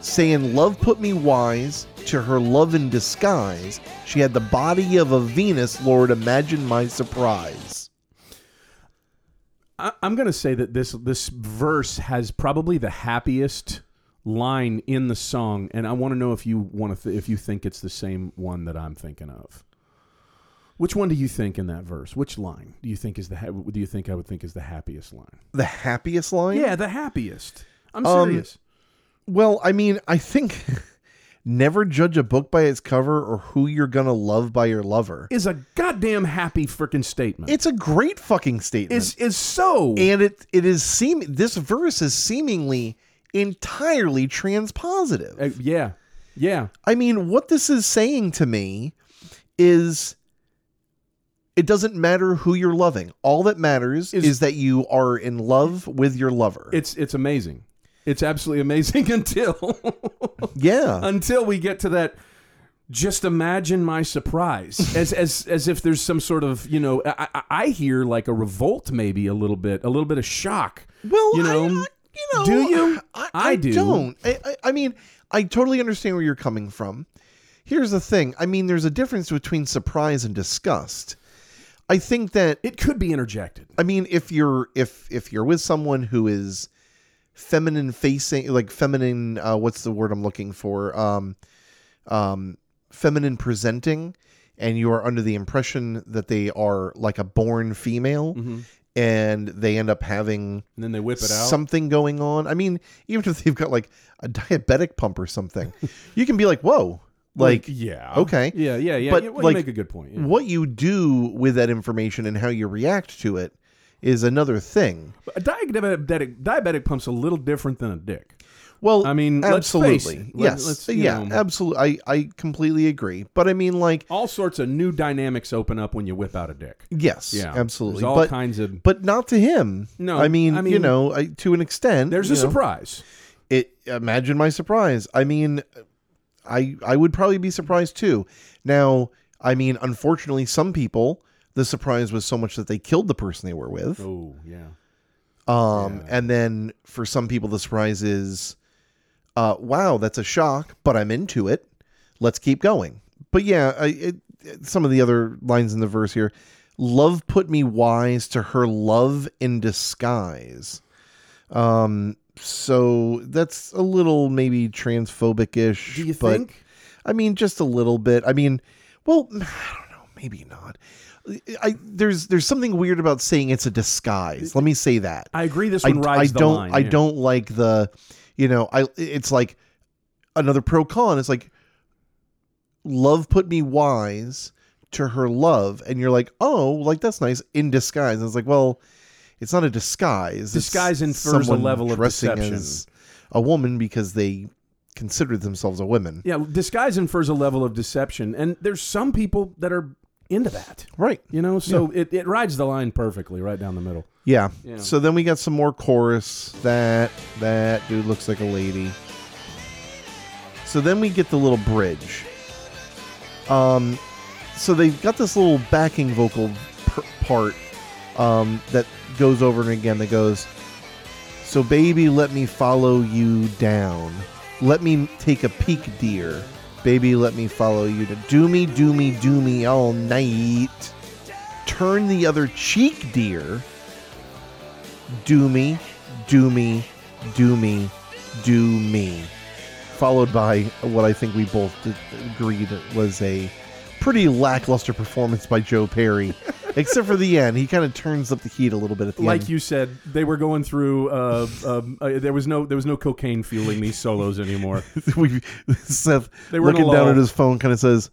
A: Saying love put me wise to her love in disguise. She had the body of a Venus, Lord, imagine my surprise.
B: I, I'm going to say that this this verse has probably the happiest line in the song, and I want to know if you want to th- if you think it's the same one that I'm thinking of. Which one do you think in that verse? Which line do you think is the ha- do you think I would think is the happiest line?
A: The happiest line?
B: Yeah, the happiest. I'm
A: Um,
B: serious.
A: Well, I mean, I think never judge a book by its cover or who you're going to love by your lover.
B: is a goddamn happy freaking statement.
A: It's a great fucking statement.
B: is is so
A: and it it is seem this verse is seemingly entirely transpositive.
B: Uh, yeah, yeah.
A: I mean, what this is saying to me is it doesn't matter who you're loving. All that matters is,
B: Is-
A: that you are in love with your lover.
B: It's it's amazing. It's absolutely amazing until
A: yeah.
B: until we get to that. Just imagine my surprise, as as as if there's some sort of you know I, I, I hear like a revolt, maybe a little bit, a little bit of shock.
A: Well,
B: you
A: I-
B: know,
A: I, you know,
B: do you?
A: I,
B: I
A: I
B: do.
A: Don't. I, I, I mean, I totally understand where you're coming from. Here's the thing. I mean, there's a difference between surprise and disgust. I think that
B: It could be interjected.
A: I mean, if you're if if you're with someone who is feminine facing, like feminine, uh, what's the word I'm looking for? Um, um, feminine presenting, and you are under the impression that they are like a born female,
B: Mm-hmm.
A: and they end up having
B: And then they whip it out.
A: something going on. I mean, even if they've got like a diabetic pump or something, you can be like, whoa, like
B: yeah,
A: okay.
B: yeah, yeah, yeah.
A: But,
B: yeah, well, you
A: like,
B: make a good point. yeah.
A: what you do with that information and how you react to it is another thing.
B: But A diabetic diabetic pump's a little different than a dick.
A: Well,
B: I mean, let's face
A: absolutely,
B: it. Let-
A: yes,
B: let's, you
A: yeah,
B: know-
A: absolutely. I I completely agree, but I mean, like,
B: All sorts of new dynamics open up when you whip out a dick.
A: yes,
B: Yeah,
A: absolutely,
B: There's all
A: but
B: kinds of.
A: but not to him.
B: No,
A: I mean,
B: I
A: you
B: mean-
A: know, I, to an extent,
B: There's
A: you
B: a
A: know,
B: surprise.
A: It imagine my surprise. I mean, I I would probably be surprised too. Now, I mean, unfortunately, some people the surprise was so much that they killed the person they were with.
B: Oh yeah.
A: Um,
B: Yeah.
A: and then for some people, the surprise is, uh, wow, that's a shock, but I'm into it. Let's keep going. But yeah, I, it, it- some of the other lines in the verse here love put me wise to her love in disguise. Um, so that's a little maybe transphobic ish.
B: Do you
A: but,
B: think?
A: I mean, just a little bit. I mean, well, I don't know, maybe not. I there's there's something weird about saying it's a disguise. Let me say that.
B: I agree. This one
A: I
B: rides the
A: don't
B: line.
A: I
B: yeah.
A: don't like the you know I it's like another pro con it's like love put me wise to her love and you're like oh like that's nice in disguise and it's like well it's not a disguise It's
B: Disguise infers a
A: someone
B: level of
A: dressing
B: deception.
A: as a woman because they consider themselves a woman
B: Yeah, disguise infers a level of deception, and there's some people that are into that.
A: right
B: You know, so it, it rides the line perfectly, right down the middle.
A: yeah.
B: Yeah.
A: so then we got some more chorus that that dude looks like a lady so then we get the little bridge um so they've got this little backing vocal per- part um, that goes over and again that goes so baby let me follow you down let me take a peek dear baby let me follow you to do me do me do me all night turn the other cheek dear do me do me do me do me followed by what i think we both d- agreed was a pretty lackluster performance by Joe Perry, except for the end. He kind of turns up the heat a little bit at the
B: Like
A: end.
B: you said, they were going through. Uh, um, uh, there was no there was no cocaine fueling these solos anymore.
A: we, Seth
B: They were in a
A: looking down
B: lull.
A: at his phone, kind of says,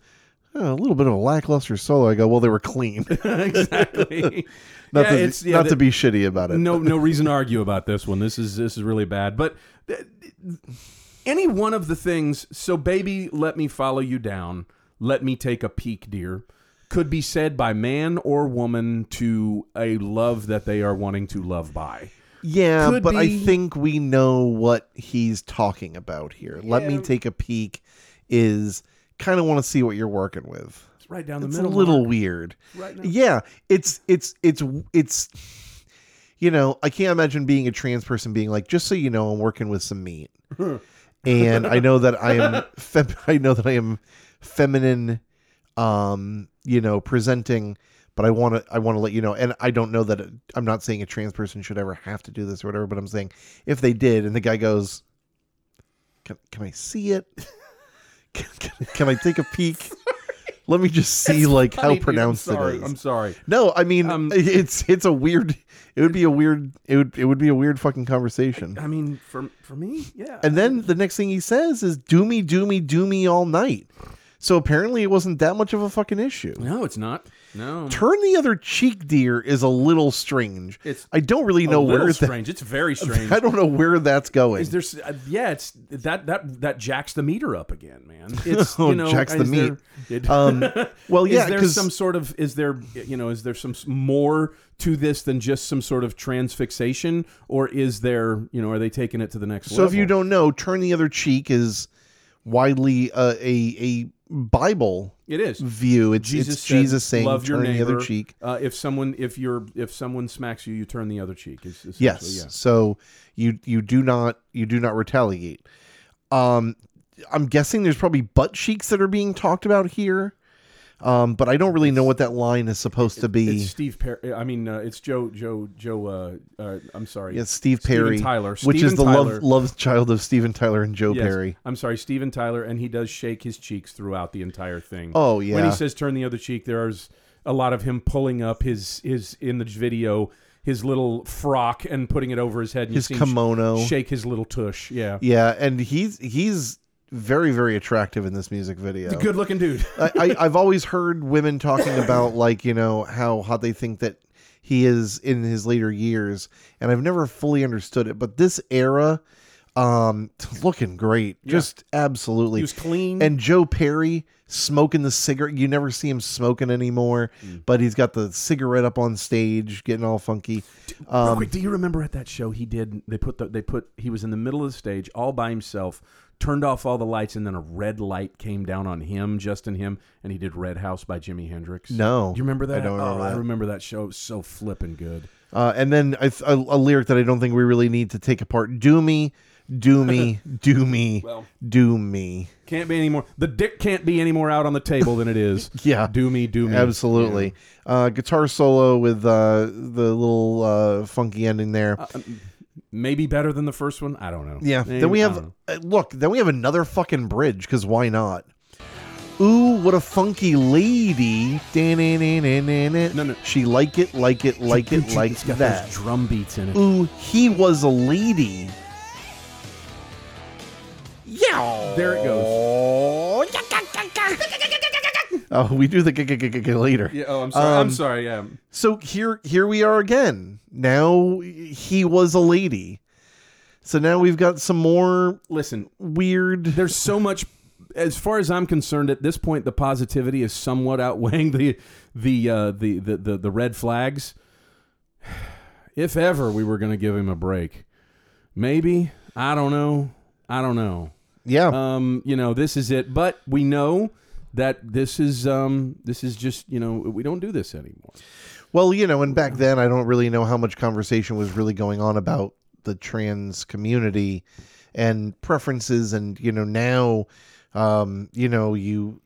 A: "Oh, "A little bit of a lackluster solo." I go, "Well, they were clean.
B: exactly.
A: Not,
B: Yeah,
A: to,
B: it's- yeah,
A: not
B: the-
A: to be shitty about it."
B: no no reason to argue about this one. This is this is really bad. But th- th- any one of the things, so baby, let me follow you down. Let me take a peek, dear. Could be said by man or woman to a love that they are wanting to love by.
A: yeah,
B: could
A: but I
B: be-
A: think we know what he's talking about here. Let me
B: Yeah.
A: take a peek. Is kind of want to see what you're working with.
B: It's right down the
A: It's a
B: middle.
A: little
B: Mark.
A: weird.
B: right now.
A: yeah it's it's it's it's you know i can't imagine being a trans person being like just so you know i'm working with some meat and i know that i am fem- i know that i am feminine um you know presenting but i want to i want to let you know and i don't know that it, i'm not saying a trans person should ever have to do this or whatever but i'm saying if they did and the guy goes can, can i see it can, can, can i take a peek Let me just see like how pronounced
B: I'm sorry.
A: it is.
B: I'm sorry.
A: no, I mean
B: Um,
A: it's it's a weird. It would be a weird. It would it would be a weird fucking conversation.
B: I mean, for for me, yeah.
A: And then the next thing he says is "do me, do me, do me all night." So apparently, it wasn't that much of a fucking issue.
B: no, it's not. No,
A: Turn the other cheek, dear, is a little strange.
B: It's
A: I don't really
B: a
A: know
B: little
A: where that.
B: strange. It's very strange.
A: I don't know where that's going.
B: Is there's uh, yeah, it's that that that jacks the meter up again, man. It's you know
A: Oh, jacks the
B: is there-
A: meat.
B: it-
A: Um, well, yeah,
B: is there
A: 'cause-
B: some sort of is there you know is there some s- more to this than just some sort of transfixation, or is there you know are they taking it to the next
A: So
B: level?
A: if you don't know, turn the other cheek is widely uh, a a Bible
B: it is
A: view. It's
B: Jesus
A: it's
B: said,
A: Jesus saying,
B: love your
A: "Turn the other
B: neighbor."
A: cheek."
B: Uh, if someone if you're if someone smacks you, you turn the other cheek. Is essentially-
A: Yes.
B: yeah.
A: So you you do not you do not retaliate. Um, I'm guessing there's probably butt cheeks that are being talked about here, um, but I don't really know what that line is supposed to be.
B: It's Steve Perry. I mean, uh, it's Joe Joe Joe. Uh, uh, I'm sorry.
A: Yes, Steve
B: Steven
A: Perry,
B: Tyler.
A: which
B: Steven
A: is the
B: Tyler.
A: love love child of Steven Tyler and Joe
B: Yes.
A: Perry.
B: I'm sorry, Steven Tyler, and he does shake his cheeks throughout the entire thing.
A: Oh,
B: When
A: yeah.
B: he says turn the other cheek, there's a lot of him pulling up his his in the video his little frock and putting it over his head and
A: His
B: you see him sh-
A: kimono.
B: shake his little tush. Yeah.
A: Yeah, and he's he's very very attractive in this music video.
B: Good looking dude.
A: I, I, I've always heard women talking about like you know how hot they think that he is in his later years, and I've never fully understood it. But this era, um, looking great, just absolutely.
B: He was clean.
A: And Joe Perry smoking the cigarette. You never see him smoking anymore,
B: Mm.
A: but he's got the cigarette up on stage, getting all funky. Um,
B: Real quick, do you remember at that show he did? They put the, they put he was in the middle of the stage all by himself, turned off all the lights, and then a red light came down on him, just in him, and he did Red House by Jimi Hendrix.
A: No,
B: Do you remember that?
A: I don't
B: oh,
A: remember
B: I
A: that.
B: remember that show. It was so flippin' good.
A: Uh, and then I th- a, a lyric that I don't think we really need to take apart. Do me, do me, do me,
B: Well-
A: do me.
B: Can't be any more. The dick can't be any more out on the table than it is.
A: Yeah.
B: do me, do me.
A: Absolutely. Uh, guitar solo with uh, the little uh, funky ending there.
B: Maybe better than the first one. I don't know.
A: yeah.
B: Maybe-
A: then we
B: I
A: have
B: don't know.
A: uh, look. Then we have another fucking bridge because why not? Ooh, what a funky lady!
B: No, no.
A: She like it, like it, like it,
B: It's
A: like
B: got
A: that.
B: Those drum beats in it.
A: Ooh, he was a lady. Yeah.
B: There it goes.
A: Oh, we do the g- g- g- g- g- later.
B: Yeah. Oh, I'm sorry.
A: Um,
B: I'm sorry. Yeah.
A: So here here we are again. Now he was a lady. So now we've got some more
B: Listen,
A: weird
B: there's so much as far as I'm concerned at this point the positivity is somewhat outweighing the the uh, the, the the the red flags if ever we were going to give him a break maybe I don't know I don't know
A: Yeah.
B: um you know this is it but we know that this is um this is just you know we don't do this anymore
A: well, you know, and back then I don't really know how much conversation was really going on about the trans community and preferences and you know now um you know you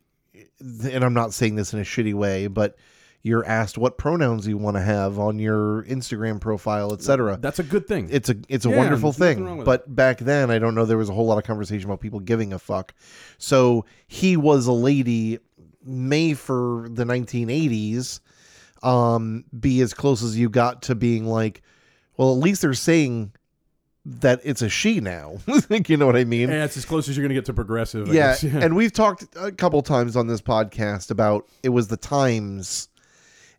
A: and I'm not saying this in a shitty way, but you're asked what pronouns you want to have on your Instagram profile, etc.
B: that's a good thing
A: it's a it's a
B: Yeah,
A: wonderful
B: there's nothing wrong
A: thing.
B: with
A: But back then, I don't know there was a whole lot of conversation about people giving a fuck. So he was a lady, may for the 1980s, um, be as close as you got to being like, well, at least they're saying that it's a she now. Like, you know what I mean?
B: and that's as close as you're going to get to progressive I
A: yeah,
B: guess. yeah
A: and we've talked a couple times on this podcast about it was the times,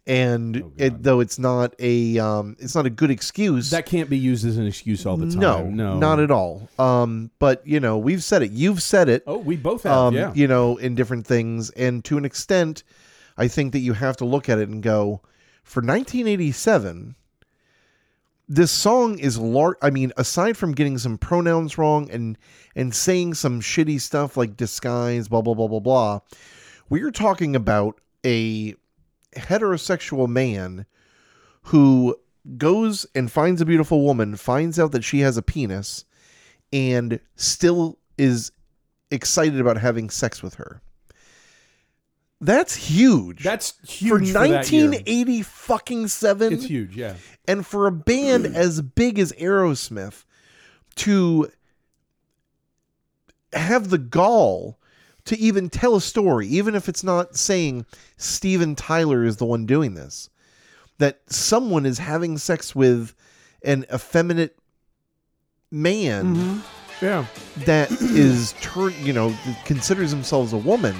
A: and
B: Oh,
A: it, though it's not a um, it's not a good excuse
B: that can't be used as an excuse all the time
A: no,
B: no
A: not at all. Um, but you know, we've said it. You've said it.
B: oh we both have
A: um,
B: yeah
A: you know, in different things, and to an extent, I think that you have to look at it and go, for 1987, this song is large. I mean, aside from getting some pronouns wrong and and saying some shitty stuff like disguise, blah blah blah blah blah, we are talking about a heterosexual man who goes and finds a beautiful woman, finds out that she has a penis, and still is excited about having sex with her. That's huge.
B: that's huge
A: for
B: for that year.
A: 1980 fucking
B: It's
A: seven,
B: huge, yeah.
A: and for a band as big as Aerosmith to have the gall to even tell a story, even if it's not saying Steven Tyler is the one doing this, that someone is having sex with an effeminate man
B: Yeah.
A: that is turn you know considers themselves a woman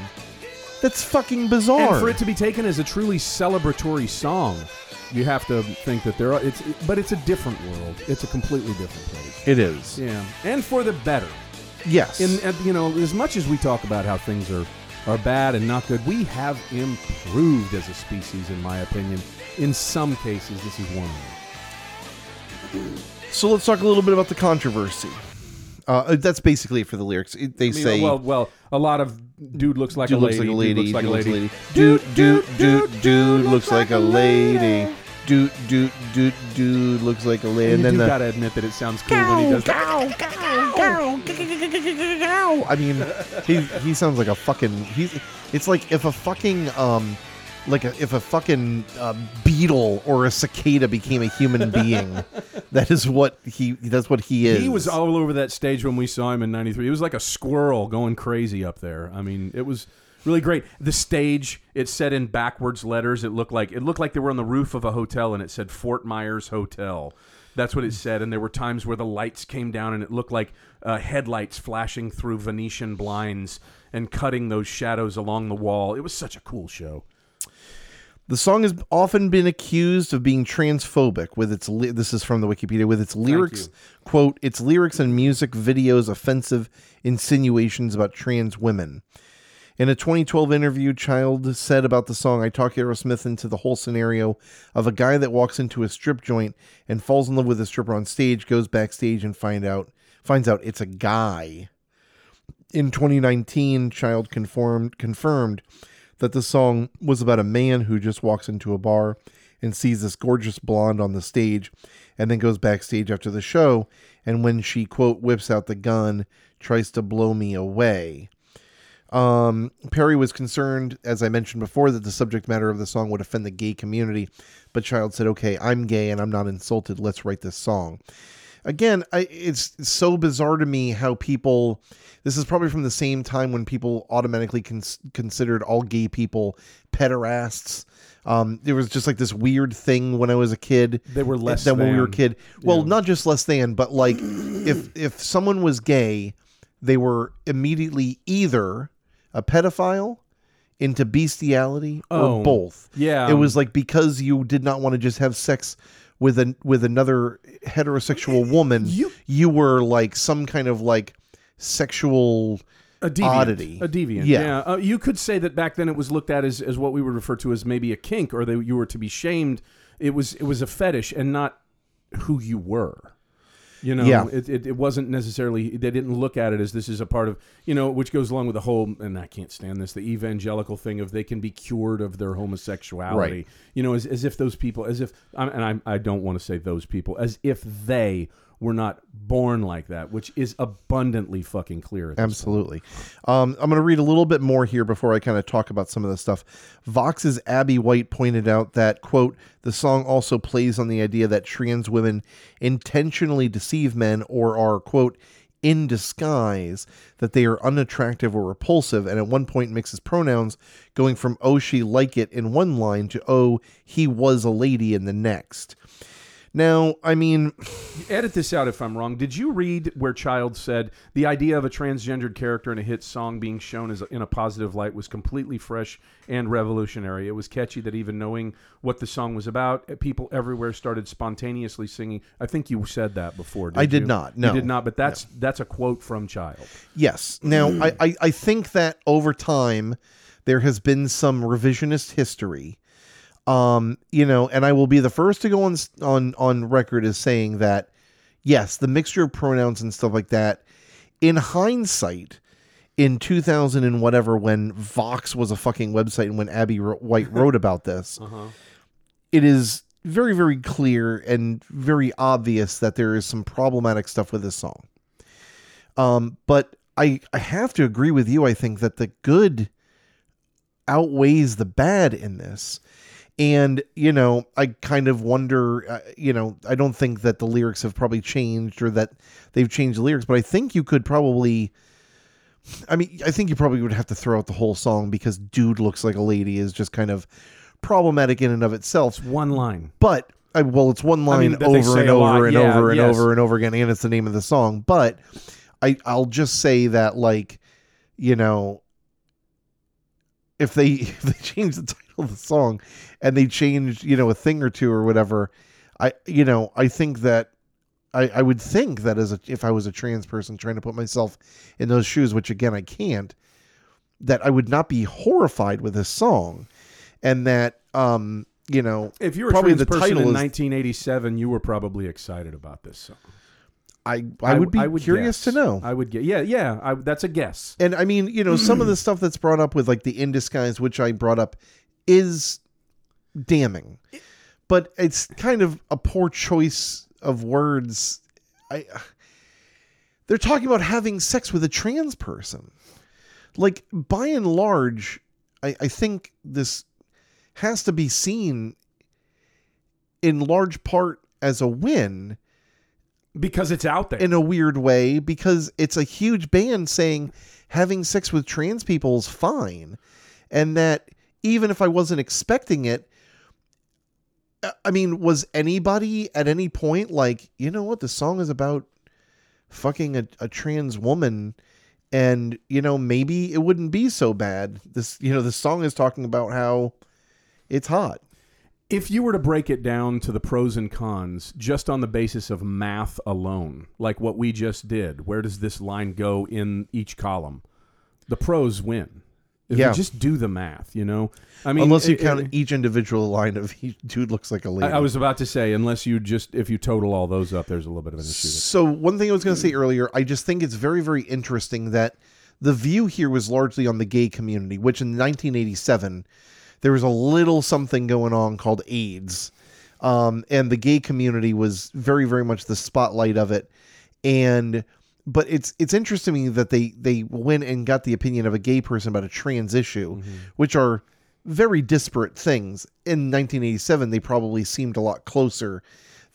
A: that's fucking
B: And
A: bizarre
B: for it to be taken as a truly celebratory song, you have to think that there are. It's but it's a different world. It's a completely different place.
A: it is
B: Yeah, and for the better.
A: yes
B: In uh, you know, as much as we talk about how things are are bad and not good, we have improved as a species, in my opinion. In some cases, this is one of them.
A: so let's talk a little bit about the controversy uh, that's basically it for the lyrics It- they
B: I mean,
A: say
B: well, well, a lot of dude looks like
A: dude
B: a
A: looks like
B: lady.
A: a
B: dude
A: lady
B: looks like a lady.
A: dude dude dude dude looks like a lady dude dude dude dude looks like a lady and
B: you
A: then
B: do
A: the
B: gotta admit that it sounds cool when he does that.
A: I mean, he he sounds like a fucking. He's. It's like if a fucking um, like a, if a fucking uh, beetle or a cicada became a human being. that is what he. That's what he is.
B: He was all over that stage when we saw him in '93. It was like a squirrel going crazy up there. I mean, it was really great. The stage it said in backwards letters. It looked like it looked like they were on the roof of a hotel, and it said Fort Myers Hotel. That's what it said. And there were times where the lights came down, and it looked like uh, headlights flashing through Venetian blinds and cutting those shadows along the wall. It was such a cool show.
A: The song has often been accused of being transphobic with its ly- this is from the Wikipedia with its lyrics quote its lyrics and music videos offensive insinuations about trans women. In a 2012 interview, Child said about the song, I talk Aerosmith into the whole scenario of a guy that walks into a strip joint and falls in love with a stripper on stage, goes backstage and find out finds out it's a guy. In 2019, Child conformed, confirmed that the song was about a man who just walks into a bar and sees this gorgeous blonde on the stage and then goes backstage after the show. And when she, quote, whips out the gun, tries to blow me away. Um, Perry was concerned, as I mentioned before, that the subject matter of the song would offend the gay community. But Child said, okay, I'm gay and I'm not insulted. Let's write this song again I, it's so bizarre to me how people this is probably from the same time when people automatically cons- considered all gay people pederasts um, there was just like this weird thing when i was a kid
B: They were less
A: than when we were a
B: than.
A: kid well not just less than but like if if someone was gay they were immediately either a pedophile into bestiality or
B: Oh,
A: both
B: yeah.
A: it was like because you did not want to just have sex with an with another heterosexual woman, you,
B: You-
A: were like some kind of like sexual
B: a deviant,
A: oddity.
B: A deviant.
A: Yeah.
B: Yeah. Uh, you could say that back then it was looked at as, as what we would refer to as maybe a kink, or that you were to be shamed. It was it was a fetish and not who you were. You know,
A: Yeah.
B: it, it, it wasn't necessarily, they didn't look at it as this is a part of, you know, which goes along with the whole, and I can't stand this, the evangelical thing of they can be cured of their homosexuality.
A: Right.
B: You know, as, as if those people, as if, I'm- and I, I don't want to say those people, as if they were not born like that, which is abundantly fucking clear at this
A: Absolutely. Um, I'm going to read a little bit more here before I kind of talk about some of this stuff. Vox's Abby White pointed out that, quote, the song also plays on the idea that trans women intentionally deceive men or are, quote, in disguise, that they are unattractive or repulsive, and at one point mixes pronouns, going from oh, she like it in one line to oh, he was a lady in the next. Now, I mean,
B: edit this out if I'm wrong. Did you read where Child said the idea of a transgendered character in a hit song being shown as in a positive light was completely fresh and revolutionary? It was catchy that even knowing what the song was about, eh, people everywhere started spontaneously singing. I think you said that before. Did
A: I did
B: you?
A: not,
B: You
A: no.
B: did not. But that's that's a quote from Child.
A: Yes. Now, I, I, I think that over time, there has been some revisionist history. Um, you know, and I will be the first to go on s- on on record as saying that yes, the mixture of pronouns and stuff like that. In hindsight, in 2000 and whatever, when Vox was a fucking website and when Abby Ro- White wrote about this, it is very very clear and very obvious that there is some problematic stuff with this song. Um, but I, I have to agree with you. I think that the good outweighs the bad in this. And, you know, I kind of wonder, uh, you know, I don't think that the lyrics have probably changed or that they've changed the lyrics, but I think you could probably I mean, I think you probably would have to throw out the whole song because Dude Looks Like a Lady is just kind of problematic in and of itself.
B: One line.
A: But, I, well, it's one
B: I
A: line
B: mean, that they
A: over
B: say
A: and
B: a
A: over
B: lot.
A: and
B: Yeah,
A: over and
B: yes.
A: over and over again. And it's the name of the song. But I, I'll just say that, like, you know, if they, if they change the title of the song and they change, you know, a thing or two or whatever, I, you know, I think that I, I would think that as a, if I was a trans person trying to put myself in those shoes, which again I can't, that I would not be horrified with this song, and that um you know
B: If you were
A: Probably
B: a trans
A: the
B: person
A: title
B: in
A: is-
B: 1987, you were probably excited about this song.
A: I I would be curious to
B: guess.
A: know.
B: I would get. Yeah, yeah. I, that's a guess.
A: and I mean you know some of the stuff that's brought up with like the in disguise, which I brought up, is damning, but it's kind of a poor choice of words. I they're talking about having sex with a trans person. Like by and large, I, I think this has to be seen in large part as a win
B: Because it's out there.
A: in a weird way because it's a huge ban saying having sex with trans people is fine and that even if i wasn't expecting it I- i mean was anybody at any point like you know what the song is about fucking a, a trans woman and you know maybe it wouldn't be so bad this you know the song is talking about how it's hot
B: if you were to break it down to the pros and cons just on the basis of math alone, like what we just did, where does this line go in each column? The pros win. If you
A: Yeah.
B: just do the math, you know? I mean,
A: unless you
B: it-
A: count
B: it-
A: each individual line of each dude looks like a lady
B: I, I was about to say, unless you just, if you total all those up, there's a little bit of an issue. there.
A: So one thing I was going to say earlier, I just think it's very, very interesting that the view here was largely on the gay community, which in 1987 there was a little something going on called AIDS, um, and the gay community was very, very much the spotlight of it. And but it's it's interesting to me that they they went and got the opinion of a gay person about a trans issue, which are very disparate things. In 1987, they probably seemed a lot closer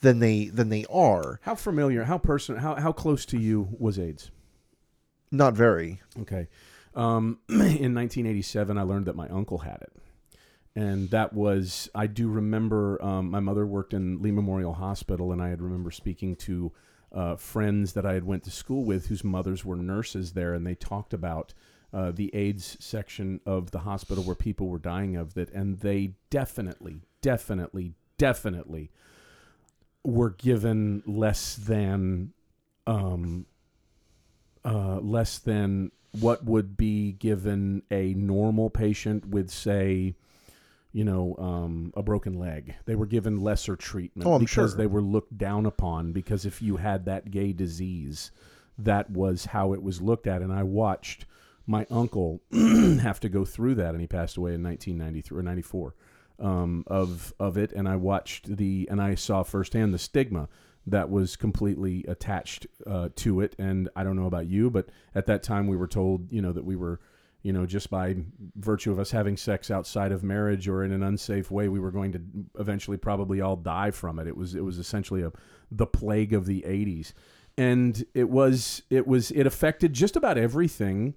A: than they than they are.
B: How familiar, how person, how, how close to you was AIDS?
A: Not very.
B: Okay. Um, in 1987, I learned that my uncle had it. And that was, I do remember um, my mother worked in Lee Memorial Hospital, and I had remember speaking to uh, friends that I had went to school with whose mothers were nurses there, and they talked about uh, the AIDS section of the hospital where people were dying of it. And they definitely, definitely, definitely were given less than um, uh, less than what would be given a normal patient with, say, you know, um, a broken leg. They were given lesser treatment
A: Oh, I'm
B: because
A: sure.
B: they were looked down upon. Because if you had that gay disease, that was how it was looked at. And I watched my uncle have to go through that, and he passed away in 1993 or 94 um, of of it. And I watched the and I saw firsthand the stigma that was completely attached uh, to it. And I don't know about you, but at that time we were told, you know, that we were, you know, just by virtue of us having sex outside of marriage or in an unsafe way, we were going to eventually probably all die from it. It was it was essentially a the plague of the '80s, and it was it was it affected just about everything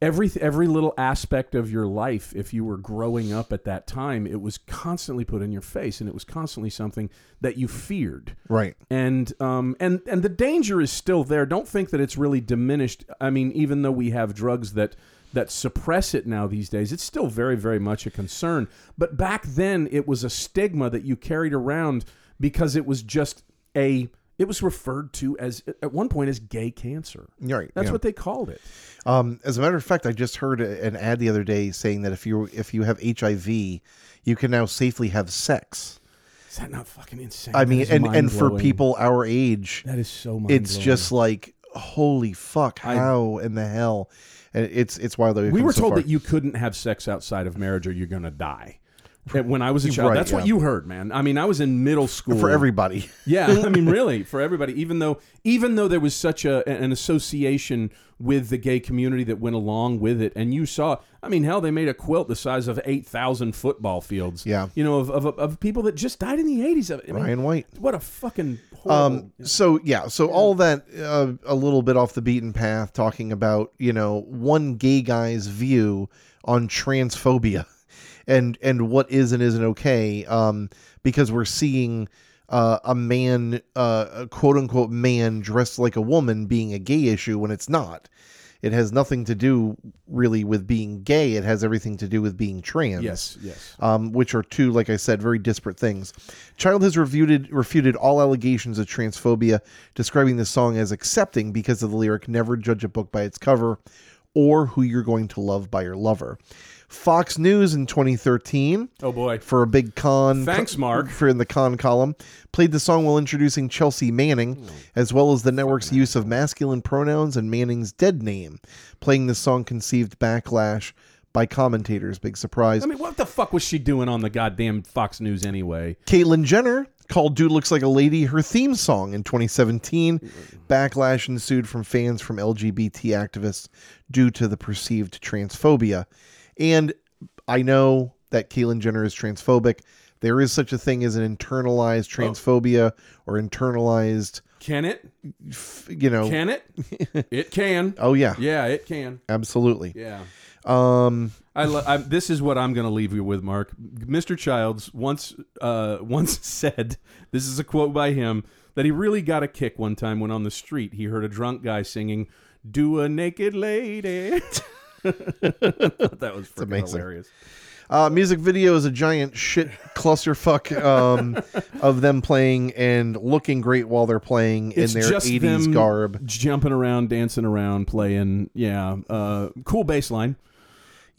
B: every every little aspect of your life if you were growing up at that time it was constantly put in your face and it was constantly something that you feared
A: Right.
B: and um and and the danger is still there don't think that it's really diminished i mean even though we have drugs that that suppress it now these days it's still very very much a concern but back then it was a stigma that you carried around because it was just a it was referred to as at one point as gay cancer
A: Right.
B: that's
A: yeah.
B: what they called it
A: Um, as a matter of fact, I just heard a- an ad the other day saying that if you if you have HIV, you can now safely have sex.
B: Is that not fucking insane?
A: I
B: That
A: mean,
B: is
A: and and for
B: mind-blowing.
A: people our age,
B: that is so mind
A: it's just like holy fuck,
B: I-
A: how in the hell? And it's it's wild that we've
B: we
A: come
B: were
A: so
B: told
A: far.
B: that you couldn't have sex outside of marriage or you're gonna die. at- when I was a child.
A: Right,
B: That's what
A: yeah.
B: you heard, man. I mean, I was in middle school
A: for everybody.
B: Yeah, I mean, really, for everybody. Even though, even though there was such a an association with the gay community that went along with it, and you saw, I mean, hell, they made a quilt the size of eight thousand football fields.
A: Yeah.
B: you know, of, of, of people that just died in the eighties. Of it. I mean,
A: Ryan White.
B: what a fucking horrible.
A: Um, so yeah, so all that uh, a little bit off the beaten path, talking about you know one gay guy's view on transphobia, and and what is and isn't okay, um, because we're seeing uh, a man, uh, a quote unquote man dressed like a woman being a gay issue when it's not. It has nothing to do really with being gay. It has everything to do with being trans
B: yes, yes.
A: um, which are two, like I said, very disparate things. Child has refuted refuted all allegations of transphobia, describing the song as accepting because of the lyric "Never judge a book by its cover, or who you're going to love by your lover." Fox News in 2013
B: Oh boy.
A: for a big con.
B: Thanks, Mark.
A: For in the con column, played the song while introducing Chelsea
B: Hmm.
A: Manning, as well as the network's use of masculine pronouns and Manning's dead name. Playing the song conceived backlash by commentators. Big surprise.
B: I mean, what the fuck was she doing on the goddamn Fox News anyway?
A: Caitlyn Jenner called Dude Looks Like a Lady her theme song in 2017. Backlash ensued from fans from LGBT activists due to the perceived transphobia. And I know that Caitlyn Jenner is transphobic. There is such a thing as an internalized
B: Oh.
A: transphobia or internalized,
B: Can it?
A: you know.
B: Can it? it can.
A: oh, yeah,
B: Yeah, it can.
A: absolutely.
B: Yeah.
A: Um,
B: I, lo- I this is what I'm going to leave you with, Mark. Mr. Childs once uh, once said, this is a quote by him, that he really got a kick one time when on the street he heard a drunk guy singing, "Do a naked lady." that was freaking
A: amazing.
B: hilarious.
A: Uh, music video is a giant shit clusterfuck um, of them playing and looking great while they're playing
B: It's
A: in their
B: just
A: 80s
B: them
A: garb.
B: jumping around, dancing around, playing. Yeah, uh, cool bass line.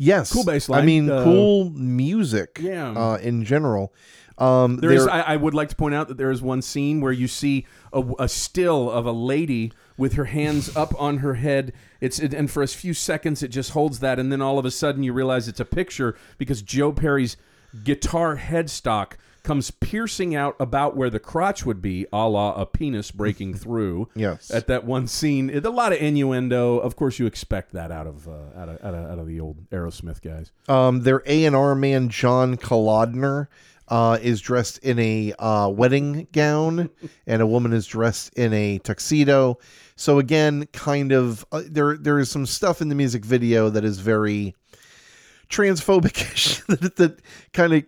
A: Yes,
B: Cool bass
A: I
B: line,
A: mean,
B: uh,
A: cool music.
B: Yeah.
A: uh, in general. Um,
B: There is. I, I would like to point out that there is one scene where you see a, a still of a lady with her hands up on her head. It's it, and for a few seconds it just holds that, and then all of a sudden you realize it's a picture because Joe Perry's guitar headstock comes piercing out about where the crotch would be, a la a penis breaking through.
A: Yes.
B: At that one scene, it, a lot of innuendo. Of course, you expect that out of uh, out of out of, out of the old Aerosmith guys.
A: um, their A and R man John Kolodner uh, is dressed in a uh, wedding gown, and a woman is dressed in a tuxedo. So again, kind of uh, there. There is some stuff in the music video that is very transphobic that, that kind of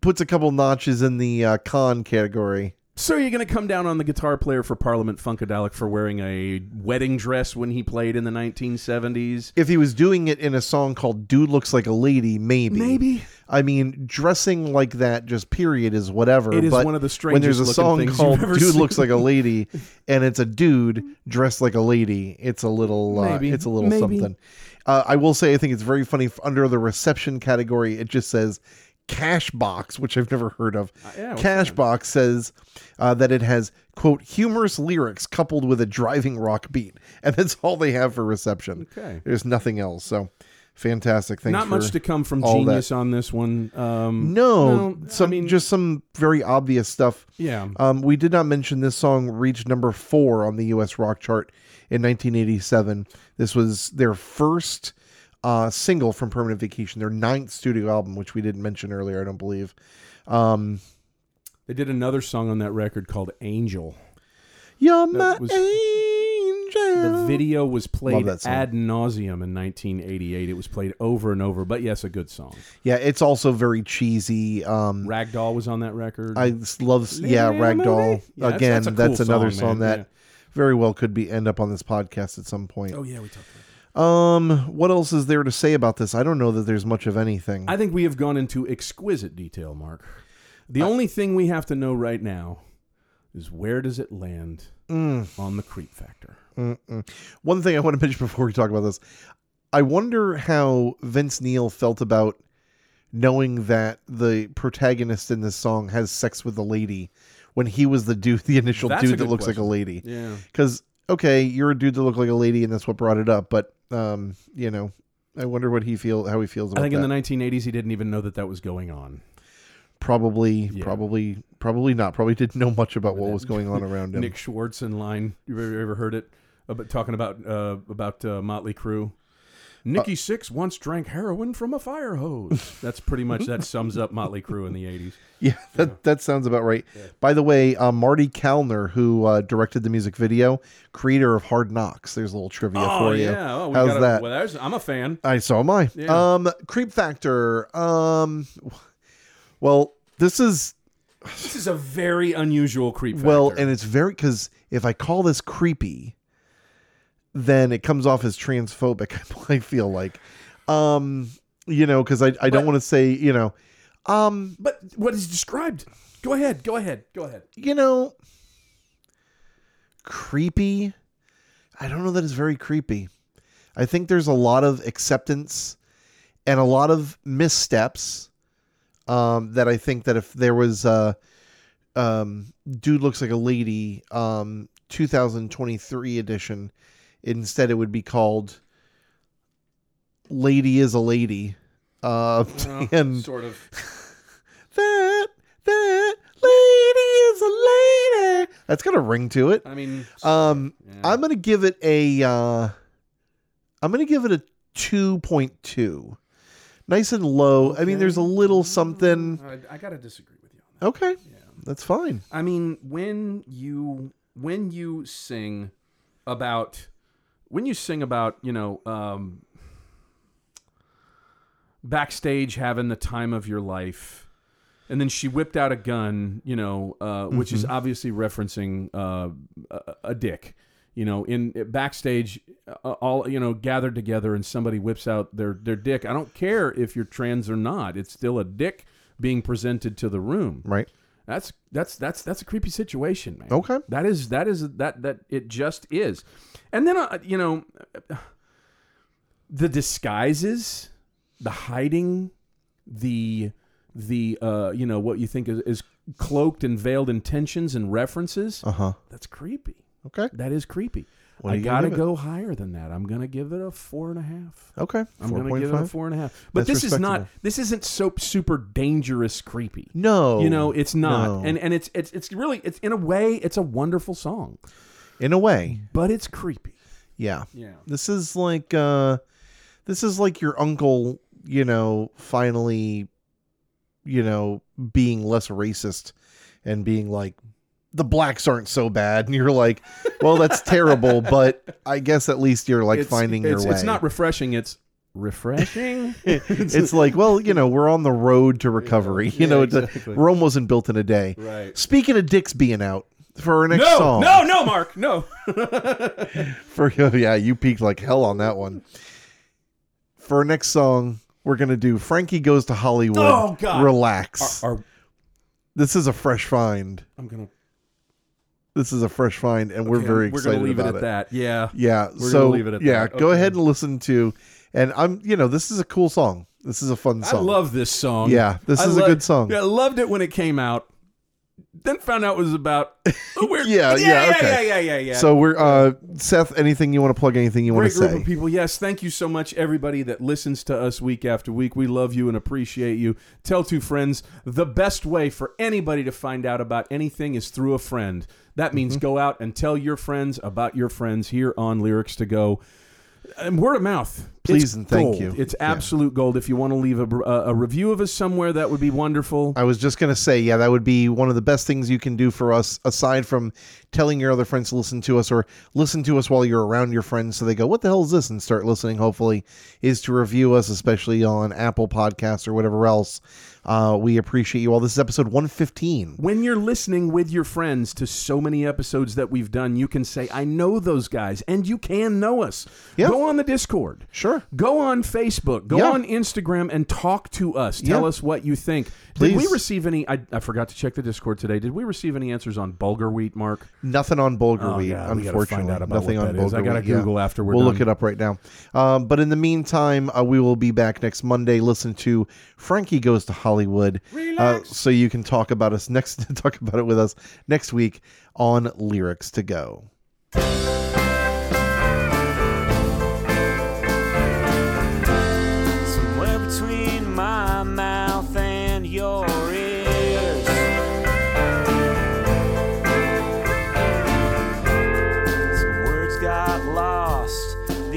A: puts a couple notches in the uh, con category.
B: So you're going to come down on the guitar player for Parliament Funkadelic for wearing a wedding dress when he played in the 1970s?
A: If he was doing it in a song called "Dude Looks Like a Lady,"
B: Maybe.
A: I mean, dressing like that just period is whatever.
B: It is
A: but
B: one of the
A: when there's a
B: strangest-looking
A: song
B: things
A: called
B: you've ever
A: "Dude
B: seen."
A: Looks Like a Lady" and it's a dude dressed like a lady, it's a little, uh,
B: Maybe.
A: it's a little
B: Maybe.
A: something. Uh, I will say, I think it's very funny. f- Under the reception category, it just says cash box which i've never heard of
B: Uh, yeah, what's
A: cash box says uh, that it has quote humorous lyrics coupled with a driving rock beat and that's all they have for reception
B: Okay.
A: there's nothing else so fantastic thanks
B: Not
A: for-
B: much to come from
A: all
B: genius on this one. Um,
A: no,
B: No, I
A: some
B: mean-
A: just some very obvious stuff.
B: Yeah.
A: Um, we did not mention this song reached number four on the U.S. rock chart in 1987. This was their first uh, single from Permanent Vacation, their ninth studio album, which we didn't mention earlier. I don't believe.
B: They did another song on that record called Angel.
A: You're my
B: was- The
A: angel.
B: video was played
A: that song.
B: ad nauseum in 1988. It was played over and over, but yes, a good song.
A: yeah, it's also very cheesy. Um,
B: Ragdoll was on that record.
A: I s- love s- yeah
B: Little
A: Ragdoll
B: Mermaid? Yeah, that's-
A: again.
B: that's
A: That's,
B: a cool
A: another
B: song,
A: song,
B: man,
A: that
B: yeah.
A: very well could be end up on this podcast at some point.
B: oh, yeah, we talked about that.
A: Um, what else is there to say about this? I don't know that there's much of anything.
B: I think we have gone into exquisite detail, Mark. The only thing we have to know right now is where does it land on the creep factor?
A: One thing I want to mention before we talk about this, I wonder how Vince Neil felt about knowing that the protagonist in this song has sex with a lady when he was the dude, the initial
B: That's a
A: dude that
B: good
A: looks like a lady.
B: Yeah.
A: Because okay, you're a dude that looked like a lady, and that's what brought it up. But um, you know, I wonder what he feel how he feels
B: I
A: about
B: think
A: that.
B: in the 1980s he didn't even know that that was going on.
A: probably,
B: Yeah.
A: probably, probably not. Probably didn't know much about what was going on around him.
B: Nick Schwartz in line. You ever, ever heard it? About, talking about uh, about uh, Motley Crue. Nikki Six once drank heroin from a fire hose. That's pretty much that sums up Motley Crue in the '80s.
A: Yeah, that, that sounds about right. By the way, uh, Marty Kalner, who uh, directed the music video, creator of Hard Knocks. There's a little trivia
B: Oh
A: for you.
B: yeah, oh, we
A: How's
B: got a-
A: that?
B: well, there's- I'm a fan.
A: I so am I.
B: Yeah.
A: Um, Creep Factor. Um, well, this is
B: This is a very unusual creep. Factor.
A: well, and it's very because if I call this creepy, then it comes off as transphobic. I feel like, um, you know, because I I don't want to say you know, um,
B: but what is described? Go ahead. Go ahead. Go ahead.
A: you know, creepy. I don't know that it's very creepy. I think there's a lot of acceptance and a lot of missteps um, that I think that if there was uh, um, dude looks like a lady um, 2023 edition, instead it would be called lady is a lady. Uh,
B: Oh,
A: and
B: sort of.
A: that that lady is a lady. That's got a ring to it.
B: I mean,
A: Um,
B: yeah.
A: I'm gonna give it a. Uh, I'm gonna give it a two point two. Nice and low. I mean, there's a little something.
B: I, I gotta disagree with you on that.
A: Okay, that's fine.
B: I mean, when you when you sing about when you sing about you know um, backstage having the time of your life, and then she whipped out a gun, you know, uh, which is obviously referencing uh, a, a dick. You know, in backstage, uh, all you know, gathered together, and somebody whips out their their dick. I don't care if you're trans or not; it's still a dick being presented to the room.
A: Right.
B: That's that's that's that's a creepy situation, man.
A: Okay.
B: That is that is that that it just is. And then uh, you know the disguises, the hiding, the the uh you know what you think is, is cloaked and veiled intentions and references.
A: Uh huh.
B: That's creepy.
A: Okay.
B: That is creepy.
A: What are
B: I
A: you gonna
B: gotta
A: give it?
B: go higher than that. I'm gonna give it a four and a half.
A: Okay.
B: I'm
A: Four
B: gonna
A: point
B: give it a
A: five.
B: four and a half. But
A: That's
B: this is not
A: respectable.
B: this isn't so super dangerous creepy.
A: No.
B: You know, it's not,
A: Oh, No.
B: and and it's it's it's really it's in a way it's a wonderful song,
A: in a way,
B: but it's creepy.
A: yeah.
B: Yeah.
A: This is like uh this is like your uncle, you know, finally you know, being less racist and being like the blacks aren't so bad and you're like, well that's terrible, but I guess at least you're like finding your
B: it's,
A: way.
B: It's not refreshing. It's refreshing.
A: it's, like, well, you know, we're on the road to recovery. you
B: yeah,
A: know, it's a-
B: exactly.
A: Rome wasn't built in a day.
B: right.
A: Speaking of dicks being out for our next
B: No,
A: song.
B: no, no, Mark, no.
A: For yeah, you peaked like hell on that one. For our next song, we're gonna do Frankie Goes to Hollywood.
B: Oh, God.
A: Relax.
B: Are-
A: this is a fresh find.
B: I'm gonna.
A: This is a fresh find, and we're
B: okay,
A: very
B: We're
A: excited
B: gonna leave it
A: about
B: at that. Yeah.
A: Yeah.
B: We're
A: so
B: gonna leave it at
A: yeah,
B: that.
A: go
B: Okay.
A: ahead and listen to. And I'm, you know, this is a cool song. This is a fun
B: I
A: song.
B: love this song.
A: Yeah, this
B: I
A: is a
B: lo-
A: good song.
B: Yeah, I loved it when it came out. Then found out it was about. a weird-
A: Yeah, yeah,
B: yeah,
A: okay.
B: yeah, yeah, yeah, yeah.
A: So we're uh, Seth. Anything you want to plug? Anything you want
B: Great
A: to
B: group
A: say?
B: of people. Yes, thank you so much, everybody that listens to us week after week. We love you and appreciate you. Tell two friends. The best way for anybody to find out about anything is through a friend. That means
A: Mm-hmm.
B: go out and tell your friends about your friends here on Lyrics to Go. And word of mouth.
A: Please
B: It's
A: and thank
B: gold.
A: you.
B: It's
A: Yeah.
B: absolute gold. If you want to leave a, uh, a a review of us somewhere, that would be wonderful.
A: I was just gonna say, yeah, that would be one of the best things you can do for us, aside from telling your other friends to listen to us or listen to us while you're around your friends, so they go, "What the hell is this?" and start listening. Hopefully, is to review us, especially on Apple Podcasts or whatever else. Uh, we appreciate you all. This is episode 115.
B: When you're listening with your friends to so many episodes that we've done, you can say, I know those guys, and you can know us.
A: Yeah.
B: Go on the Discord.
A: Sure.
B: Go on Facebook. Go
A: Yeah.
B: on Instagram and talk to us. Tell
A: Yeah.
B: us what you think. Did
A: Please.
B: we receive any? I, I forgot to check the Discord today. Did we receive any answers on bulgur wheat, Mark?
A: Nothing on bulgur wheat,
B: Oh, yeah, we gotta
A: unfortunately.
B: find out about
A: Nothing
B: what
A: on
B: that is.
A: bulgur
B: I gotta
A: wheat, yeah.
B: Google after we're
A: We'll
B: done.
A: look it up right now. Um, but in the meantime, uh, we will be back next Monday. Listen to Frankie Goes to Hollywood, uh, so you can talk about us next. Talk about it with us next week on Lyrics to Go.
C: Somewhere between my mouth and your ear.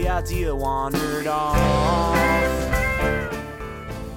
C: idea wandered off.